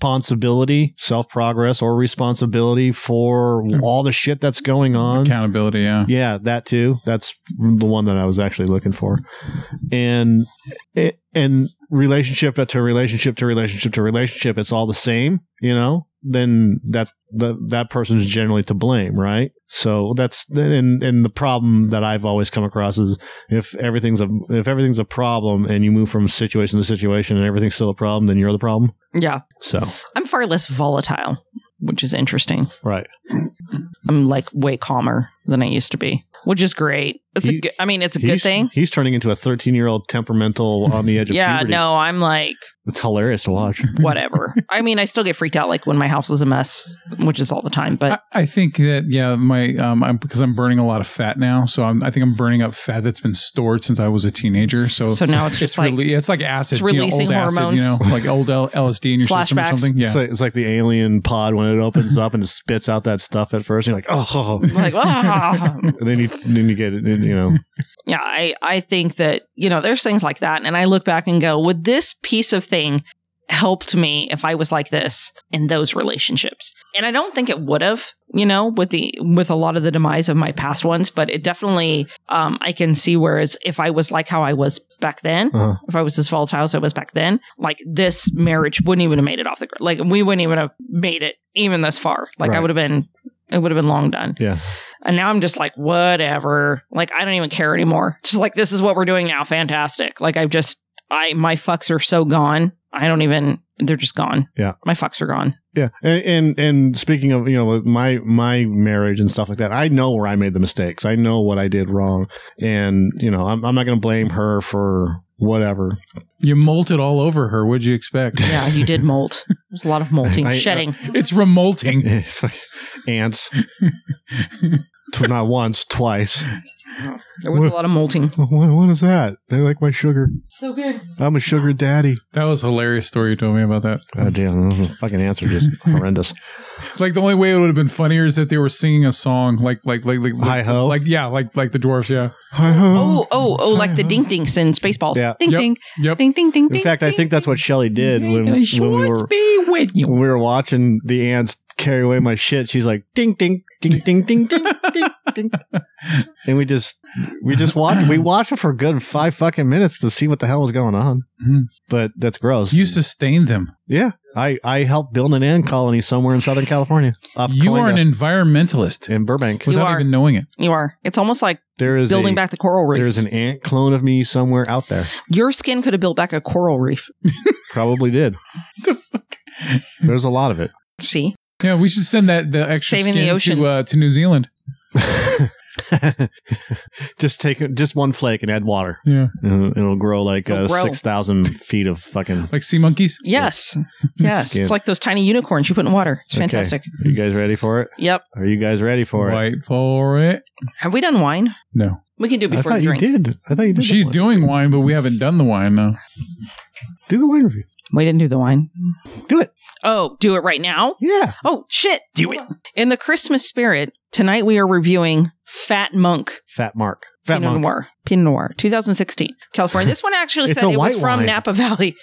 Speaker 3: responsibility self-progress or responsibility for all the shit that's going on
Speaker 1: Accountability, yeah.
Speaker 3: yeah, that too. That's the one that I was actually looking for. And and relationship to relationship to relationship to relationship, it's all the same, you know. Then that's that that person is generally to blame, right? So that's and and the problem that I've always come across is if everything's a if everything's a problem and you move from situation to situation and everything's still a problem, then you're the problem.
Speaker 2: Yeah,
Speaker 3: So
Speaker 2: I'm far less volatile, which is interesting.
Speaker 3: right,
Speaker 2: I'm like way calmer than I used to be, which is great. It's
Speaker 3: He-
Speaker 2: a good. I mean, it's a good
Speaker 3: He's-
Speaker 2: thing.
Speaker 3: He's turning into a 13 year old temperamental on the edge of
Speaker 2: Yeah,
Speaker 3: puberty.
Speaker 2: no, I'm like
Speaker 3: it's hilarious to watch.
Speaker 2: whatever. I mean, I still get freaked out like when my house is a mess, which is all the time. But
Speaker 1: I, I think that yeah, my um, I'm because I'm burning a lot of fat now, so I'm, I think I'm burning up fat that's been stored since I was a teenager. So,
Speaker 2: so now it's just
Speaker 1: it's
Speaker 2: like
Speaker 1: really it's like acid,
Speaker 2: it's
Speaker 1: you know,
Speaker 2: releasing
Speaker 1: old
Speaker 2: hormones.
Speaker 1: acid, you know, like old L- LSD in your system or
Speaker 2: Flashbacks.
Speaker 1: something. Yeah,
Speaker 3: It's like, it's like the alien pod when it opens up and it spits out that stuff at first. And you're like, oh,
Speaker 2: like ah.
Speaker 3: and then you then you get it. and, You know,
Speaker 2: yeah i i think that you know there's things like that and i look back and go would this piece of thing helped me if i was like this in those relationships and i don't think it would have you know with the with a lot of the demise of my past ones but it definitely um i can see whereas if i was like how i was back then
Speaker 3: Uh-huh.
Speaker 2: if i was as volatile as i was back then like this marriage wouldn't even have made it off the grid like we wouldn't even have made it even this far like i
Speaker 3: Right.
Speaker 2: would have been it would have been long done
Speaker 3: yeah,
Speaker 2: and now I'm just like, whatever. Like, I don't even care anymore. It's just like, this is what we're doing now. Fantastic. Like, I've just, I, my fucks are so gone. I don't even, they're just gone.
Speaker 3: Yeah.
Speaker 2: My fucks are gone.
Speaker 3: yeah. And, and and speaking of you know my my marriage and stuff like that, I know where I made the mistakes. I know what I did wrong, and you know I'm I'm not going to blame her for whatever.
Speaker 1: you molted all over her. What'd you expect?
Speaker 2: Yeah. You did molt. There's a lot of molting,
Speaker 3: I- uh,
Speaker 2: shedding.
Speaker 1: it's remolting.
Speaker 3: Fuck Ants. Tw- not once, twice.
Speaker 2: there was a lot of molting.
Speaker 3: What, what is that? They like my sugar.
Speaker 6: So good.
Speaker 3: I'm a sugar daddy.
Speaker 1: That was a hilarious story you told me about that.
Speaker 3: Oh damn! The fucking ants are just horrendous.
Speaker 1: Like the only way it would have been funnier is if they were singing a song, like like like like like,
Speaker 3: Hi-ho.
Speaker 1: like yeah, like like the dwarfs. Yeah,
Speaker 2: Oh, oh, oh, like the dink dinks in Spaceballs.
Speaker 3: uh, Yeah.
Speaker 2: Ding,
Speaker 1: Yep.
Speaker 2: ding,
Speaker 1: yep.
Speaker 2: ding, ding, ding.
Speaker 3: In fact, I
Speaker 2: ding.
Speaker 3: think that's what Shelly did when, when we were
Speaker 1: be with you.
Speaker 3: when we were watching the ants carry away my shit. She's like, ding, ding, ding, ding, ding, ding, ding, ding, and we just we just watched we watched it for a good five fucking minutes to see what the hell was going on.
Speaker 1: Mhm.
Speaker 3: But that's gross.
Speaker 1: You sustained them.
Speaker 3: yeah, I, I helped build an ant colony somewhere in Southern California. Off
Speaker 1: You are an
Speaker 3: Calinga
Speaker 1: environmentalist
Speaker 3: in Burbank.
Speaker 2: You
Speaker 1: without
Speaker 2: are.
Speaker 1: even knowing it.
Speaker 2: You are. It's almost like
Speaker 3: There is
Speaker 2: building
Speaker 3: a,
Speaker 2: back the coral
Speaker 3: There's
Speaker 2: reef.
Speaker 3: an ant clone of me somewhere out there.
Speaker 2: Your skin could have built back a coral reef.
Speaker 3: Probably did. There's a lot of it.
Speaker 2: See?
Speaker 1: Yeah, we should send that the extra
Speaker 2: Saving the
Speaker 1: skin to
Speaker 2: oceans.
Speaker 1: uh, to New Zealand.
Speaker 3: just take just one flake and add water.
Speaker 1: Yeah,
Speaker 3: And it'll grow like
Speaker 2: It'll
Speaker 3: uh,
Speaker 2: grow.
Speaker 3: six thousand feet of fucking.
Speaker 1: like sea monkeys.
Speaker 2: Yes. Yes.
Speaker 3: Skin.
Speaker 2: It's like those tiny unicorns you put in water. It's
Speaker 3: Okay.
Speaker 2: fantastic.
Speaker 3: Are you guys ready for it?
Speaker 2: Yep.
Speaker 3: Are you guys ready for it?
Speaker 1: Wait for it.
Speaker 2: Have we done wine?
Speaker 1: No,
Speaker 2: We can do it
Speaker 3: I
Speaker 2: before
Speaker 3: thought
Speaker 2: the
Speaker 3: you
Speaker 2: drink.
Speaker 3: did. I thought you did.
Speaker 1: she's
Speaker 3: the wine.
Speaker 1: doing wine, but we haven't done the wine though.
Speaker 3: do the wine review.
Speaker 2: We didn't do the wine.
Speaker 3: Do it.
Speaker 2: Oh, do it right now?
Speaker 3: Yeah.
Speaker 2: Oh, shit. Do it. In the Christmas spirit, tonight we are reviewing Fat Monk
Speaker 3: Fat Mark. Fat
Speaker 2: Pinot
Speaker 3: Mark.
Speaker 2: Noir. Pinot Noir, 2016, California. This one actually
Speaker 3: It's
Speaker 2: said
Speaker 3: a
Speaker 2: it was
Speaker 3: white
Speaker 2: from
Speaker 3: wine.
Speaker 2: Napa Valley.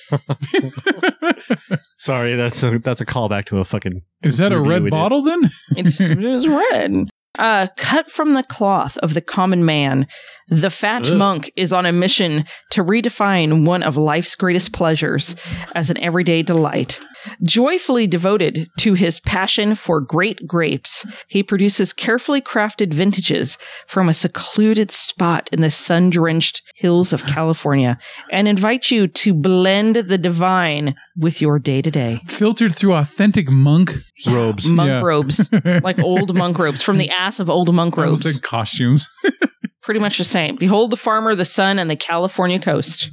Speaker 3: Sorry, that's a that's a callback to a fucking.
Speaker 1: Is that a
Speaker 3: Review
Speaker 1: red
Speaker 3: it.
Speaker 1: bottle then?
Speaker 2: It is, it is red. Uh, cut from the cloth of the common man, the fat
Speaker 3: Ugh.
Speaker 2: monk is on a mission to redefine one of life's greatest pleasures as an everyday delight. Joyfully devoted to his passion for great grapes, he produces carefully crafted vintages from a secluded spot in the sun drenched hills of California and invites you to blend the divine with your day to day.
Speaker 1: Filtered through authentic monk
Speaker 3: Robes.
Speaker 2: Monk
Speaker 1: Yeah.
Speaker 2: robes like old monk robes from the ass of old monk
Speaker 1: I almost
Speaker 2: robes.
Speaker 1: said costumes.
Speaker 2: Pretty much the same. Behold the farmer, the sun, and the California coast.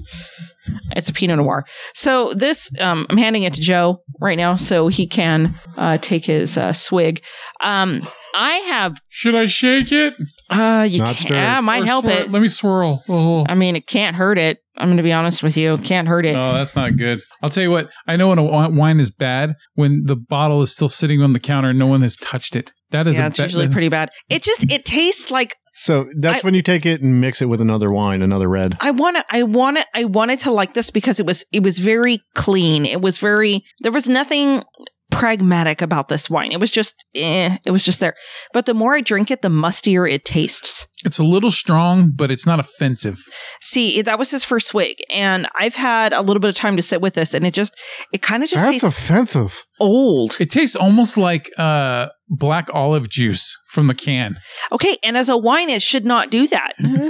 Speaker 2: It's a Pinot Noir. So this, um, I'm handing it to Joe right now, so he can uh, take his uh, swig. Um, I have.
Speaker 1: Should I shake it?
Speaker 2: Uh, you
Speaker 3: Not
Speaker 2: can't,
Speaker 3: stirred.
Speaker 2: ah, might
Speaker 1: Or
Speaker 2: help
Speaker 1: swir-
Speaker 2: it.
Speaker 1: Let me swirl. Oh.
Speaker 2: I mean, it can't hurt it. I'm going to be honest with you. It Can't hurt it.
Speaker 1: No, that's not good. I'll tell you what. I know when a wi- wine is bad when the bottle is still sitting on the counter and no one has touched it. That is a
Speaker 2: yeah,
Speaker 1: uh,
Speaker 2: it's
Speaker 1: ba-
Speaker 2: usually pretty bad. It just it tastes like
Speaker 3: So that's
Speaker 2: I-
Speaker 3: when you take it and mix it with another wine, another red.
Speaker 2: I want it. I want it. I wanted to like this because it was it was very clean. It was very there was nothing pragmatic about this wine. It was just eh, it was just there. But the more I drink it, the mustier it tastes.
Speaker 1: It's a little strong, but it's not offensive.
Speaker 2: See, that was his first swig, and I've had a little bit of time to sit with this, and it just it kind of just tastes
Speaker 3: offensive.
Speaker 2: old.
Speaker 1: It tastes almost like uh, black olive juice from the can.
Speaker 2: Okay, and as a wine, it should not do that.
Speaker 1: Hmm.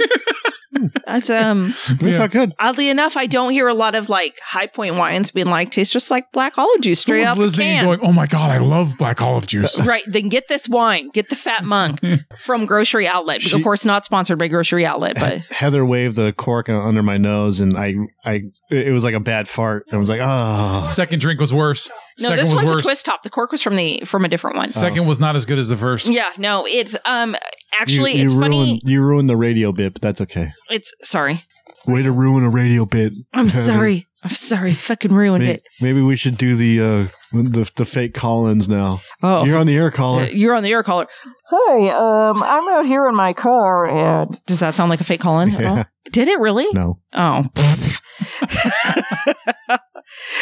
Speaker 2: That's um.
Speaker 3: It's
Speaker 1: Yeah.
Speaker 3: not good.
Speaker 2: Oddly enough, I don't hear a lot of like high point wines being like tastes just like black olive juice straight out
Speaker 1: Someone's
Speaker 2: the
Speaker 1: listening
Speaker 2: can.
Speaker 1: and going, "Oh my god, I love black olive juice."
Speaker 2: right then get this wine get the fat monk from grocery outlet
Speaker 3: She-
Speaker 2: of course not sponsored by grocery outlet but
Speaker 3: Heather waved the cork under my nose, and I, I, it was like a bad fart. I was like, oh,
Speaker 1: Second drink was worse.
Speaker 2: no
Speaker 1: Second
Speaker 2: this
Speaker 1: was
Speaker 2: one's
Speaker 1: worse.
Speaker 2: a twist top the cork was from the from a different one
Speaker 3: Uh,
Speaker 1: Second was not as good as the first.
Speaker 2: yeah no it's um actually
Speaker 3: You- you
Speaker 2: it's
Speaker 3: ruined,
Speaker 2: funny
Speaker 3: You ruined the radio bit, but that's okay.
Speaker 2: it's sorry
Speaker 3: Way to ruin a radio bit.
Speaker 2: i'm
Speaker 3: Heather.
Speaker 2: sorry i'm sorry fucking ruined
Speaker 3: May-
Speaker 2: it
Speaker 3: Maybe we should do the uh, the, the fake call-ins now.
Speaker 2: oh
Speaker 3: You're on the air
Speaker 2: Uh,
Speaker 3: caller.
Speaker 2: You're on the air caller. Hey, um, I'm out here in my car. And does that sound like a fake call in?
Speaker 3: Yeah.
Speaker 2: Did it really?
Speaker 3: No,
Speaker 2: Oh.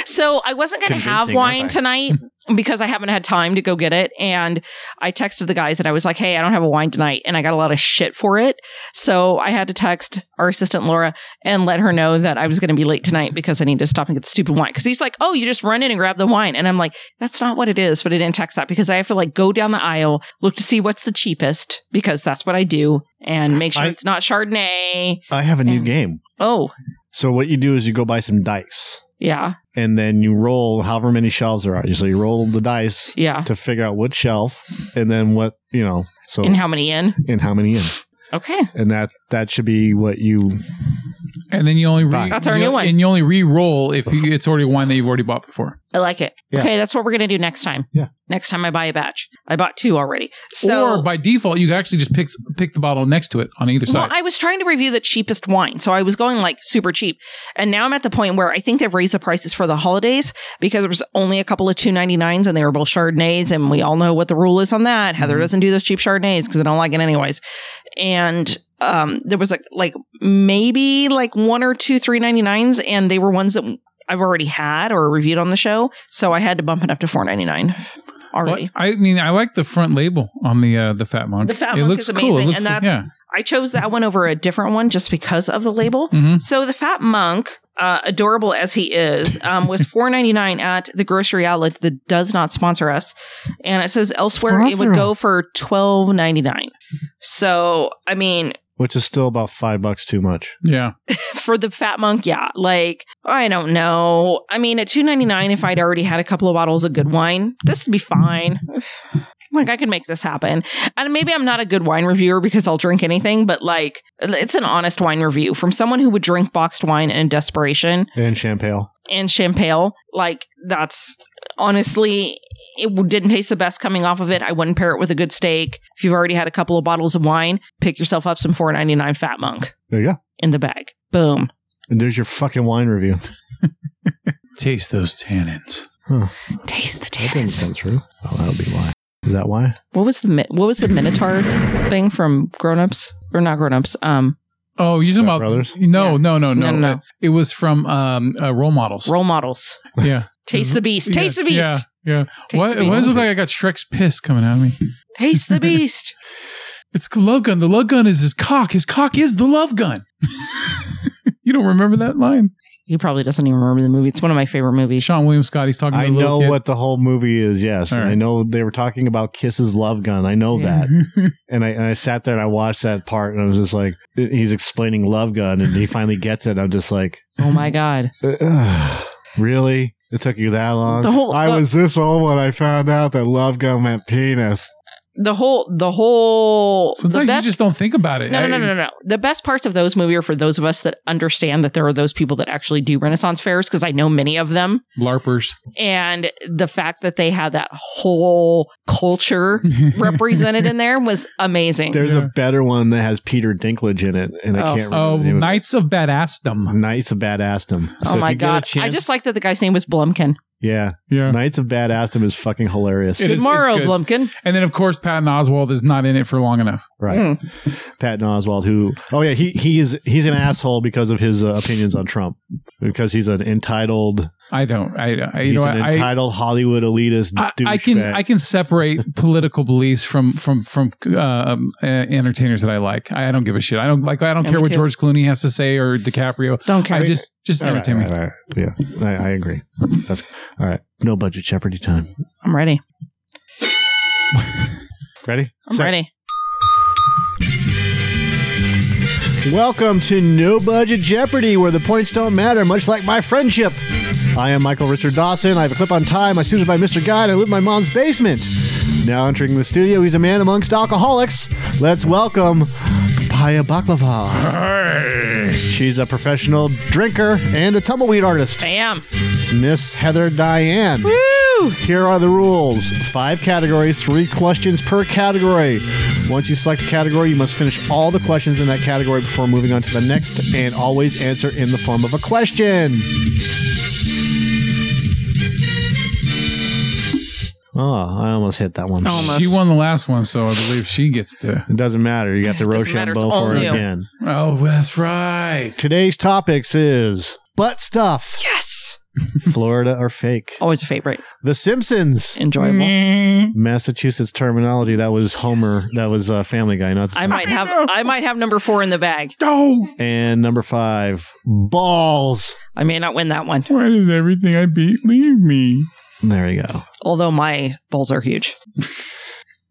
Speaker 2: so I wasn't going to have
Speaker 3: Convincing,
Speaker 2: wine
Speaker 3: aren't I?
Speaker 2: tonight because I haven't had time to go get it. And I texted the guys and I was like, hey, I don't have a wine tonight. And I got a lot of shit for it. So I had to text our assistant, Laura, and let her know that I was going to be late tonight because I need to stop and get stupid wine. Because he's like, oh, you just run in and grab the wine. And I'm like, that's not what it is. But I didn't text that because I have to like go down the aisle, look to see what's the cheapest because that's what I do and make sure
Speaker 3: I-
Speaker 2: it's not Chardonnay.
Speaker 3: I have a new
Speaker 2: Mm.
Speaker 3: game.
Speaker 2: Oh,
Speaker 3: So what you do is you go buy some dice,
Speaker 2: yeah.
Speaker 3: and then you roll however many shelves there are. So you roll the dice
Speaker 2: Yeah.
Speaker 3: to figure out which shelf, and then what you know. So
Speaker 2: and how many in?
Speaker 3: and how many in,
Speaker 2: Okay.
Speaker 3: and that that should be what you.
Speaker 1: And then you only re-
Speaker 3: Bye.
Speaker 2: That's our
Speaker 1: you-
Speaker 2: new one.
Speaker 1: And you only re-roll if you, it's already wine that you've already bought before.
Speaker 2: I like it.
Speaker 3: Yeah.
Speaker 2: Okay, that's what we're gonna do next time.
Speaker 3: Yeah.
Speaker 2: Next time I buy a batch. I bought two already. So
Speaker 1: or by default, you can actually just pick pick the bottle next to it on either
Speaker 2: well,
Speaker 1: side.
Speaker 2: I was trying to review the cheapest wine. So I was going like super cheap. And now I'm at the point where I think they've raised the prices for the holidays because there was only a couple of 299s and they were both Chardonnays. And we all know what the rule is on that. Heather doesn't do those cheap Chardonnays because I don't like it anyways. And um, there was like, like maybe like one or two 399s and they were ones that I've already had or reviewed on the show. So I had to bump it up to 499 already.
Speaker 1: But, I mean, I like the front label on the uh, the Fat Monk.
Speaker 2: The Fat
Speaker 1: it
Speaker 2: Monk
Speaker 1: looks
Speaker 2: is
Speaker 1: cool. It
Speaker 2: amazing,
Speaker 1: looks
Speaker 2: and
Speaker 1: like-
Speaker 2: that's-
Speaker 1: yeah.
Speaker 2: I chose that one over a different one just because of the label.
Speaker 1: Mhm.
Speaker 2: So the fat monk, uh, adorable as he is, um, was four ninety nine at the grocery outlet that does not sponsor us, and it says elsewhere it would
Speaker 3: Sponsor
Speaker 2: go for twelve ninety nine. So I mean,
Speaker 3: which is still about five bucks too much.
Speaker 1: Yeah.
Speaker 2: for the fat monk, yeah, like I don't know. I mean, at two ninety nine, if I'd already had a couple of bottles of good wine, this would be fine. Like I could make this happen, and maybe I'm not a good wine reviewer because I'll drink anything. But like, it's an honest wine review from someone who would drink boxed wine in desperation
Speaker 3: And champagne.
Speaker 2: and champagne. Like that's honestly, it w- didn't taste the best coming off of it. I wouldn't pair it with a good steak. If you've already had a couple of bottles of wine, pick yourself up some four ninety nine Fat Monk
Speaker 3: There you go.
Speaker 2: in the bag. Boom.
Speaker 3: And there's your fucking wine review.
Speaker 1: Taste those tannins.
Speaker 2: Taste the
Speaker 3: That didn't
Speaker 2: tannins.
Speaker 3: come through. Oh, that'll be why. Is that why?
Speaker 2: What was the mi- what was the Minotaur thing from Grown Ups or not Grown Ups? Um,
Speaker 1: Oh, you're talking
Speaker 3: Step
Speaker 1: about
Speaker 3: Brothers?
Speaker 1: No, no, no, no,
Speaker 2: No, no, no.
Speaker 1: It was from um, uh, role models.
Speaker 2: role models.
Speaker 1: yeah.
Speaker 2: Taste the beast. Taste the beast.
Speaker 1: Mm-hmm. Yeah. Yeah.
Speaker 2: Taste
Speaker 1: Why,
Speaker 2: the
Speaker 1: why does
Speaker 2: beast.
Speaker 1: it look like I got Shrek's piss coming out of me?
Speaker 2: Taste the beast.
Speaker 1: It's the love gun. The love gun is his cock. His cock is the love gun. you don't remember that line?
Speaker 2: He probably doesn't even remember the movie. It's one of my favorite movies.
Speaker 1: Sean William Scott. He's talking. To
Speaker 3: I
Speaker 1: the
Speaker 3: know
Speaker 1: little kid.
Speaker 3: what the whole movie is. Yes,
Speaker 1: All
Speaker 3: and I
Speaker 1: right.
Speaker 3: know they were talking about Kiss's love gun. I know that, and I and I sat there and I watched that part, and I was just like, he's explaining love gun, and he finally gets it. I'm just like,
Speaker 2: Oh my god.
Speaker 3: Ugh, really? It took you that long?
Speaker 2: The whole-
Speaker 3: I
Speaker 2: the-
Speaker 3: was this old when I found out that love gun meant penis.
Speaker 2: The whole the whole the
Speaker 1: Sometimes you
Speaker 2: best
Speaker 1: just don't think about it.
Speaker 2: No, no, no, no, no. The best parts of those movies are for those of us that understand that there are those people that actually do Renaissance fairs, because I know many of them.
Speaker 1: Larpers.
Speaker 2: And the fact that they had that whole culture represented in there was amazing.
Speaker 3: There's
Speaker 1: Yeah.
Speaker 3: a better one that has Peter Dinklage in it, and I
Speaker 2: Oh.
Speaker 3: can't remember.
Speaker 1: Oh,
Speaker 3: the name of it.
Speaker 1: Knights of Badassdom.
Speaker 3: Knights of Badassdom.
Speaker 2: oh my god! I just like that the guy's name was Blumkin.
Speaker 3: yeah.
Speaker 1: Yeah.
Speaker 3: Knights of Badassdom is fucking hilarious.
Speaker 1: It
Speaker 2: Good
Speaker 1: is- it's
Speaker 2: morrow,
Speaker 1: good.
Speaker 2: Blumkin.
Speaker 1: And then of course Patton Oswald is not in it for long enough.
Speaker 3: Right.
Speaker 2: Hmm,
Speaker 3: Patton Oswald, who oh yeah, he he is he's an asshole because of his uh, opinions on Trump, because he's an entitled
Speaker 1: I don't. I. I Uh, you
Speaker 3: he's
Speaker 1: know. what,
Speaker 3: an
Speaker 1: I,
Speaker 3: entitled Hollywood elitist
Speaker 1: I,
Speaker 3: douchebag.
Speaker 1: I can I can separate political beliefs from from from uh, um, uh, entertainers that I like. I, I don't give a shit. I don't like. I don't
Speaker 2: Yeah,
Speaker 1: care
Speaker 2: me
Speaker 1: what
Speaker 2: too.
Speaker 1: George Clooney has to say or DiCaprio.
Speaker 2: Don't care.
Speaker 1: I just just
Speaker 3: All right,
Speaker 1: entertain
Speaker 3: all right, all right. Yeah, I, I agree. That's all right. No budget Jeopardy time.
Speaker 2: I'm ready.
Speaker 3: Ready?
Speaker 2: I'm
Speaker 3: Set.
Speaker 2: ready.
Speaker 3: Welcome to No Budget Jeopardy, where the points don't matter, much like my friendship. I am Michael Richard Dawson. I have a clip on time. I suited by Mr. Guy, and I live in my mom's basement. Now entering the studio, he's a man amongst alcoholics. Let's welcome Paya Baklava. She's a professional drinker and a tumbleweed artist.
Speaker 2: Bam.
Speaker 3: Miss Heather Diane.
Speaker 2: Woo!
Speaker 3: Here are the rules five categories, three questions per category. Once you select a category, you must finish all the questions in that category before moving on to the next, and always answer in the form of a question. Oh, I almost hit that one.
Speaker 1: me. She won the last one, so I believe she gets to.
Speaker 3: It doesn't matter. You got the
Speaker 2: Doesn't matter. It's
Speaker 3: Rochambeau
Speaker 2: all
Speaker 3: for it
Speaker 2: new.
Speaker 3: again.
Speaker 1: Oh, that's right.
Speaker 3: Today's topics is butt stuff,
Speaker 2: Yes.
Speaker 3: Florida or fake,
Speaker 2: Always a favorite.
Speaker 3: The Simpsons.
Speaker 2: Enjoyable.
Speaker 3: Massachusetts terminology. That was Homer. That was uh, Family Guy. Not
Speaker 2: I might have. I might have number four in the bag.
Speaker 1: Oh,
Speaker 3: And number five, balls.
Speaker 2: I may not win that one.
Speaker 1: why does everything I beat leave me?
Speaker 3: There you go.
Speaker 2: Although my balls are huge.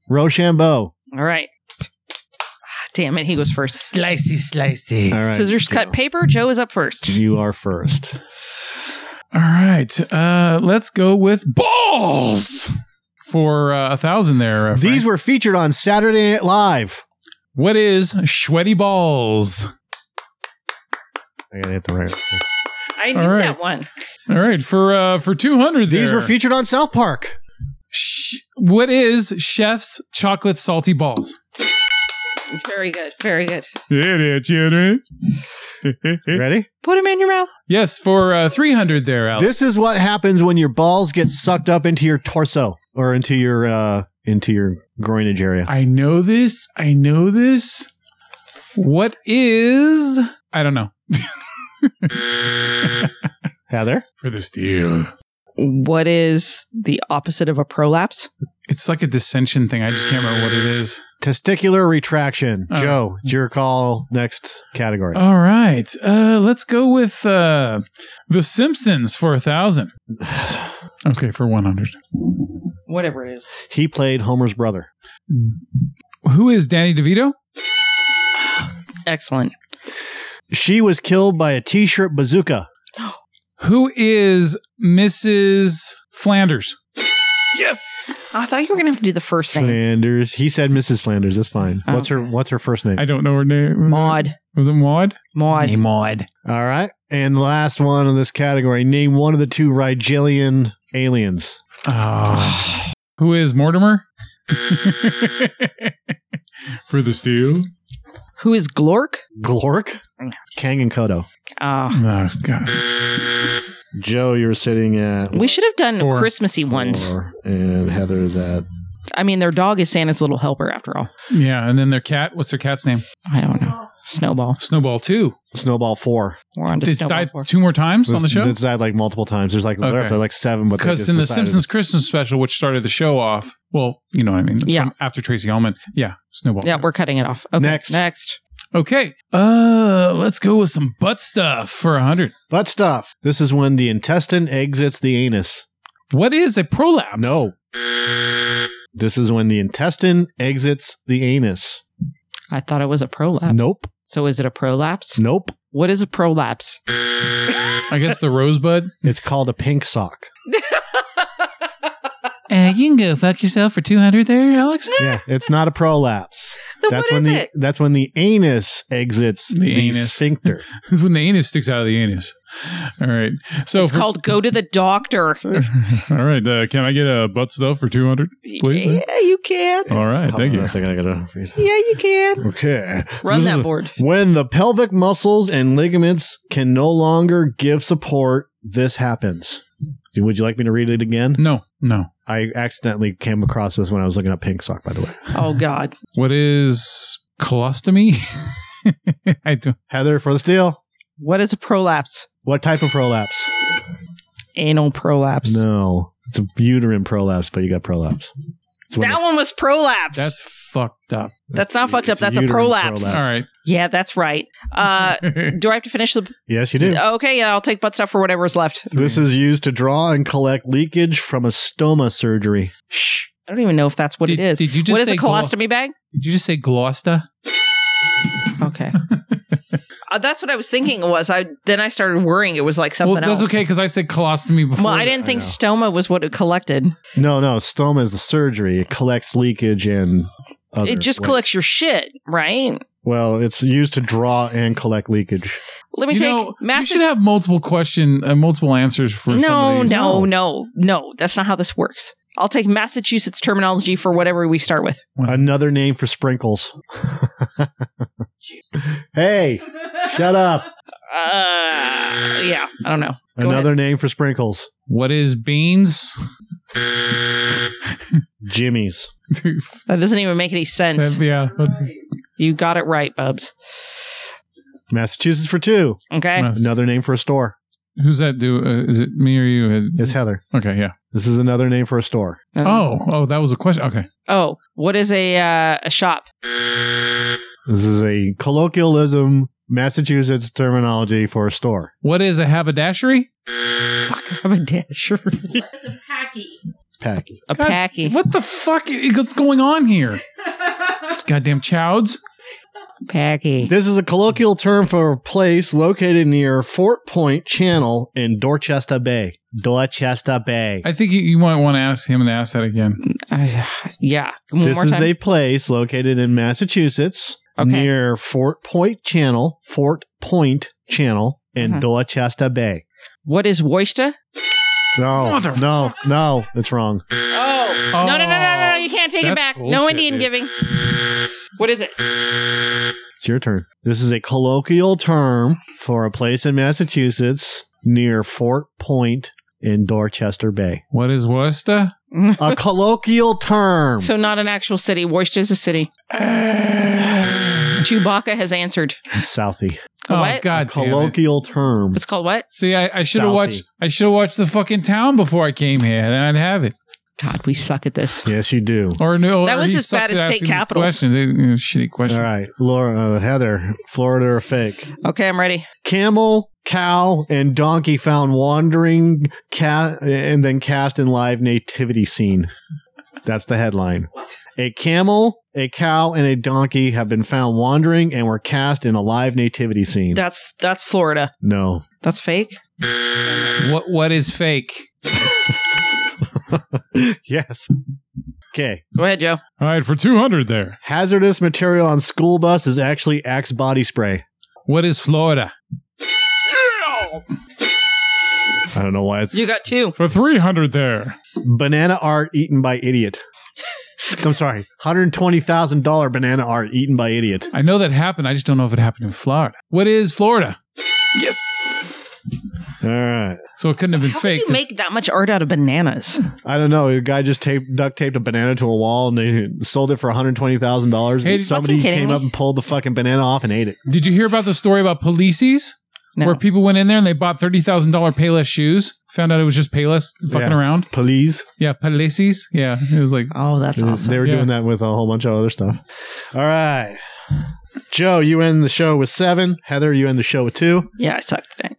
Speaker 3: Rochambeau.
Speaker 2: All right. Ah, Damn it, he goes first.
Speaker 1: Slicey, slicey.
Speaker 3: All right.
Speaker 2: Scissors cut paper. Joe is up first.
Speaker 3: You are first.
Speaker 1: All right, uh, let's go with balls for uh, a thousand there. Uh,
Speaker 3: These
Speaker 1: Frank.
Speaker 3: were featured on Saturday Night Live.
Speaker 1: what is sweaty balls?
Speaker 3: I gotta hit the right.
Speaker 2: I knew
Speaker 1: All right.
Speaker 2: that one.
Speaker 1: All right, for uh, for two hundred.
Speaker 3: These were featured on South Park.
Speaker 1: Sh- what is chef's chocolate salty balls?
Speaker 2: Very good. Very good.
Speaker 1: Yeah, children.
Speaker 2: Hmm.
Speaker 3: Ready?
Speaker 2: Put them in your mouth.
Speaker 1: yes, for uh, three hundred there,
Speaker 2: Oh.
Speaker 1: Alex.
Speaker 3: This is what happens when your balls get sucked up into your torso or into your uh into your groinage area.
Speaker 1: I know this. I know this. What is? I don't know.
Speaker 3: Heather.
Speaker 1: For the steal.
Speaker 2: what is the opposite of a prolapse?
Speaker 1: It's like a dissension thing. I just can't remember what it is.
Speaker 3: Testicular retraction.
Speaker 1: Oh.
Speaker 3: Joe, it's your call. Next category.
Speaker 2: Oh.
Speaker 1: All right. Uh, let's go with uh, The Simpsons for a thousand. Okay, for one hundred.
Speaker 2: Whatever it is.
Speaker 3: He played Homer's brother.
Speaker 1: Who is Danny DeVito?
Speaker 2: Excellent.
Speaker 3: She was killed by a t-shirt bazooka.
Speaker 1: Who is Mrs. Flanders?
Speaker 2: I thought you were gonna have to do the first thing.
Speaker 3: Flanders. He said Mrs. Flanders. That's fine.
Speaker 2: Oh.
Speaker 3: What's her What's her first name?
Speaker 1: I don't know her name.
Speaker 2: Maud.
Speaker 1: Was it Maud?
Speaker 2: Maud.
Speaker 1: Maud.
Speaker 3: All right. And the last one in this category. Name one of the two Rigelian aliens.
Speaker 1: Oh. Who is Mortimer? for the steal.
Speaker 2: Who is Glork?
Speaker 3: Glork, Kang, and Kodo.
Speaker 2: Oh.
Speaker 1: Oh, God.
Speaker 3: Joe, you're sitting at
Speaker 2: We should have done
Speaker 1: Four.
Speaker 2: Christmassy ones.
Speaker 3: four, and Heather's at.
Speaker 2: I mean, their dog is Santa's little helper after all.
Speaker 1: Yeah, and then their cat. What's their cat's name?
Speaker 2: I don't know. Snowball.
Speaker 1: Snowball Two.
Speaker 3: Snowball four.
Speaker 2: We're on to
Speaker 1: It's
Speaker 2: Snowball.
Speaker 1: died
Speaker 2: for-
Speaker 1: two more times on the show.
Speaker 3: It's died like multiple times. There's like they're up
Speaker 1: Okay.
Speaker 3: to like seven, but they
Speaker 1: Because
Speaker 3: just
Speaker 1: in the
Speaker 3: decided-
Speaker 1: Simpsons Christmas special, which started the show off, well, you know what I mean.
Speaker 2: Yeah.
Speaker 1: From after Tracy Ullman. Yeah, Snowball.
Speaker 2: Yeah, we're cutting it off. Okay,
Speaker 3: Next.
Speaker 2: Next.
Speaker 1: Okay. Uh, let's go with some butt stuff for a hundred.
Speaker 3: butt stuff. This is when the intestine exits the anus.
Speaker 1: What is a prolapse?
Speaker 3: No. This is when the intestine exits the anus.
Speaker 2: I thought it was a prolapse.
Speaker 3: Nope.
Speaker 2: So is it a prolapse?
Speaker 3: Nope.
Speaker 2: What is a prolapse?
Speaker 1: I guess the rosebud.
Speaker 3: It's called a pink sock.
Speaker 1: Uh, you can go fuck yourself for two hundred there, Alex.
Speaker 3: Yeah, it's not a prolapse.
Speaker 2: Then
Speaker 3: That's
Speaker 2: what
Speaker 3: when
Speaker 2: is
Speaker 3: the
Speaker 2: it?
Speaker 3: that's when the anus exits
Speaker 1: The
Speaker 3: the,
Speaker 1: anus.
Speaker 3: sphincter.
Speaker 1: It's when the anus sticks out of the anus. All right. So
Speaker 2: It's
Speaker 1: for-
Speaker 2: called go to the doctor.
Speaker 1: All right. Uh, can I get a butt stuff for two hundred, please?
Speaker 2: Yeah, you can.
Speaker 1: All right.
Speaker 3: Hold
Speaker 1: Thank
Speaker 3: on
Speaker 1: you.
Speaker 3: a second, I gotta-
Speaker 2: Yeah, you can.
Speaker 3: Okay.
Speaker 2: Run that board.
Speaker 3: When the pelvic muscles and ligaments can no longer give support, this happens. Would you like me to read it again?
Speaker 1: No. No.
Speaker 3: I accidentally came across this when I was looking at pink sock, by the way.
Speaker 2: Oh God.
Speaker 1: What is colostomy? I don't.
Speaker 3: Heather for the steal.
Speaker 2: What is a prolapse?
Speaker 3: What type of prolapse?
Speaker 2: Anal prolapse.
Speaker 3: No, it's a uterine prolapse, but you got prolapse. It's when
Speaker 2: That one was prolapse.
Speaker 1: That's
Speaker 2: That's,
Speaker 1: fucked up.
Speaker 2: not fucked up.
Speaker 3: It's a
Speaker 2: That's a
Speaker 3: uterine
Speaker 2: prolapse.
Speaker 3: prolapse.
Speaker 1: All right.
Speaker 2: Yeah, that's right. Uh, do I have to finish the?
Speaker 3: the- yes, you do.
Speaker 2: Okay, yeah, I'll take butt stuff for whatever's left.
Speaker 3: This is used to draw and collect leakage from a stoma surgery.
Speaker 2: I don't even know if that's what
Speaker 1: did,
Speaker 2: it is.
Speaker 1: Did you just
Speaker 2: What is
Speaker 1: say
Speaker 2: a
Speaker 1: glo-
Speaker 2: colostomy bag?
Speaker 1: did you just say Gloucester?
Speaker 2: Okay. Uh, that's what I was thinking it was. I then I started worrying it was like
Speaker 1: Well,
Speaker 2: something
Speaker 1: that's
Speaker 2: else.
Speaker 1: okay because I said colostomy before.
Speaker 2: Well, I didn't think stoma was what it collected.
Speaker 3: No, no, stoma is the surgery. It collects leakage and other
Speaker 2: it just
Speaker 3: ways.
Speaker 2: collects your shit, right?
Speaker 3: Well, it's used to draw and collect leakage.
Speaker 2: Let me
Speaker 1: You
Speaker 2: take
Speaker 1: know, you
Speaker 2: massive.
Speaker 1: should have multiple question, uh, multiple answers for some
Speaker 2: no,
Speaker 1: of these.
Speaker 2: no, no, no. That's not how this works. I'll take Massachusetts terminology for whatever we start with.
Speaker 3: Another name for sprinkles. hey, shut up.
Speaker 2: Uh, yeah, I don't know. Go
Speaker 3: Another name for sprinkles.
Speaker 1: What is beans?
Speaker 3: Jimmy's.
Speaker 2: That doesn't even make any sense.
Speaker 1: yeah. what-
Speaker 2: You got it right, Bubs.
Speaker 3: Massachusetts for two.
Speaker 2: Okay.
Speaker 1: Mass-
Speaker 3: Another name for a store.
Speaker 1: Who's that? Do uh, is it me or you?
Speaker 3: It's Heather.
Speaker 1: Okay, yeah.
Speaker 3: This is another name for a store.
Speaker 2: Um,
Speaker 1: Oh, oh, that was a question. Okay,
Speaker 2: Oh, what is a uh, a shop?
Speaker 3: This is a colloquialism, Massachusetts terminology for a store.
Speaker 1: what is a haberdashery?
Speaker 2: Haberdashery.
Speaker 6: What's the packy?
Speaker 3: Packy.
Speaker 2: A
Speaker 1: God,
Speaker 2: packy.
Speaker 1: What the fuck is what's going on here? Goddamn chowds.
Speaker 2: Packy.
Speaker 3: This is a colloquial term for a place located near Fort Point Channel in Dorchester Bay. Dorchester Bay.
Speaker 1: I think you, you might want to ask him to ask that again.
Speaker 2: Uh, yeah. One
Speaker 3: This
Speaker 2: more
Speaker 3: is
Speaker 2: time.
Speaker 3: a place located in Massachusetts
Speaker 2: Okay.
Speaker 3: near Fort Point Channel, Fort Point Channel in
Speaker 2: Mhm.
Speaker 3: Dorchester Bay.
Speaker 2: what is Worcester?
Speaker 3: No,
Speaker 1: Motherfucker.
Speaker 3: no, no, it's wrong.
Speaker 2: Oh. No, no, no, no, no, no. You can't take it
Speaker 1: That's
Speaker 2: back. no
Speaker 1: bullshit,
Speaker 2: Indian
Speaker 1: dude.
Speaker 2: giving. What is it?
Speaker 3: It's your turn. This is a colloquial term for a place in Massachusetts near Fort Point in Dorchester Bay.
Speaker 1: What is Worcester?
Speaker 3: A colloquial term.
Speaker 2: So not an actual city. Worcester's a city. Chewbacca has answered.
Speaker 3: Southie.
Speaker 1: Oh
Speaker 2: What?
Speaker 1: God, damn it.
Speaker 3: Colloquial term.
Speaker 2: It's called what?
Speaker 1: See, I, I should have
Speaker 3: Southie.
Speaker 1: watched. I should have watched the fucking town before I came here, and I'd have it.
Speaker 2: God, we suck at this.
Speaker 3: Yes, you do.
Speaker 1: Or no,
Speaker 2: That
Speaker 1: or
Speaker 2: was
Speaker 1: he
Speaker 2: as
Speaker 1: sucks
Speaker 2: bad as
Speaker 1: at
Speaker 2: state
Speaker 1: asking these
Speaker 2: capitals.
Speaker 1: Questions, They- you know, shitty question.
Speaker 3: All right, Laura, uh, Heather, Florida or fake?
Speaker 2: Okay, I'm ready.
Speaker 3: Camel, cow, and donkey found wandering, ca- and then cast in live nativity scene. That's the headline. A camel, a cow, and a donkey have been found wandering and were cast in a live nativity scene.
Speaker 2: That's that's Florida.
Speaker 3: no.
Speaker 2: That's fake.
Speaker 1: What What is fake?
Speaker 3: yes. Okay.
Speaker 2: Go ahead, Joe.
Speaker 1: All right, for two hundred there.
Speaker 3: Hazardous material on school bus is actually Axe body spray.
Speaker 1: What is Florida?
Speaker 3: I don't know why it's
Speaker 2: You got two.
Speaker 1: For three hundred there.
Speaker 3: banana art eaten by idiot. I'm sorry, hundred twenty thousand dollar banana art eaten by idiot.
Speaker 1: I know that happened. I just don't know if it happened in Florida. What is Florida? Yes.
Speaker 3: All right,
Speaker 1: So it couldn't have been
Speaker 2: How
Speaker 1: fake.
Speaker 2: did you make that much art out of bananas?
Speaker 3: I don't know. A guy just taped duct taped a banana to a wall and they sold it for hundred twenty thousand dollars.
Speaker 1: Hey,
Speaker 3: Somebody
Speaker 2: fucking kidding
Speaker 3: came
Speaker 2: me?
Speaker 3: up and pulled the fucking banana off and ate it.
Speaker 1: Did you hear about the story about Polices?
Speaker 2: No.
Speaker 1: Where people went in there and they bought thirty thousand dollar Payless shoes. Found out it was just Payless fucking
Speaker 3: Yeah.
Speaker 1: around.
Speaker 3: Please,
Speaker 1: Yeah, Palaces. Yeah, it was like
Speaker 2: Oh, that's awesome.
Speaker 3: they were
Speaker 1: Yeah.
Speaker 3: doing that with a whole bunch of other stuff. All right. Joe, you end the show with seven. Heather, you end the show with two.
Speaker 2: Yeah, I sucked today.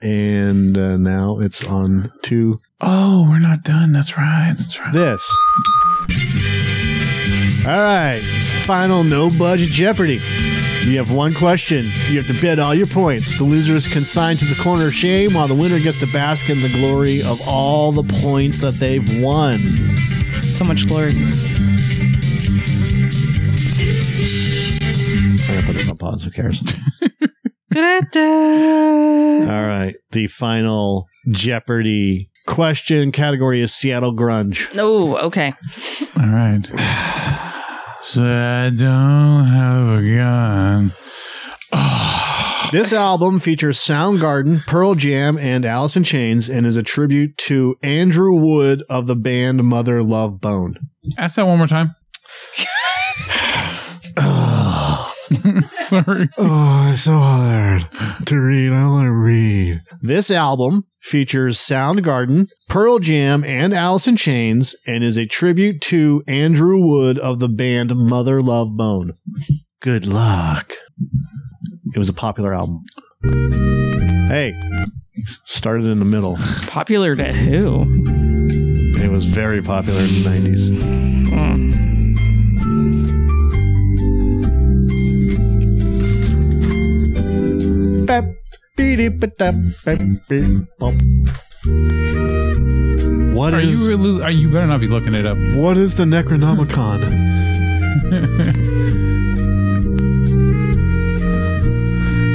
Speaker 3: And uh, now it's on to
Speaker 1: Oh, we're not done. That's right. That's right.
Speaker 3: this. All right, final no budget Jeopardy. You have one question. You have to bid all your points. The loser is consigned to the corner of shame, while the winner gets to bask in the glory of all the points that they've won.
Speaker 2: So much glory.
Speaker 3: I'm gonna put this on pause. Who cares? all
Speaker 2: Da-da-da.
Speaker 3: right, the final Jeopardy question category is Seattle grunge.
Speaker 2: Oh, okay.
Speaker 1: All right. So I don't have a gun.
Speaker 3: This album features Soundgarden, Pearl Jam, and Alice in Chains, and is a tribute to Andrew Wood of the band Mother Love Bone.
Speaker 1: Ask that one more time. Sorry.
Speaker 3: Oh, it's so hard to read. I want to read. This album features Soundgarden, Pearl Jam, and Alice in Chains, and is a tribute to Andrew Wood of the band Mother Love Bone. Good luck. It was a popular album. Hey, started in the middle.
Speaker 2: Popular to who?
Speaker 3: It was very popular in the 90s. Bap, beady, ba-dap, bap, beep, bop. What
Speaker 1: Are you
Speaker 3: is
Speaker 1: really? Are you better not be looking it up?
Speaker 3: what is the Necronomicon?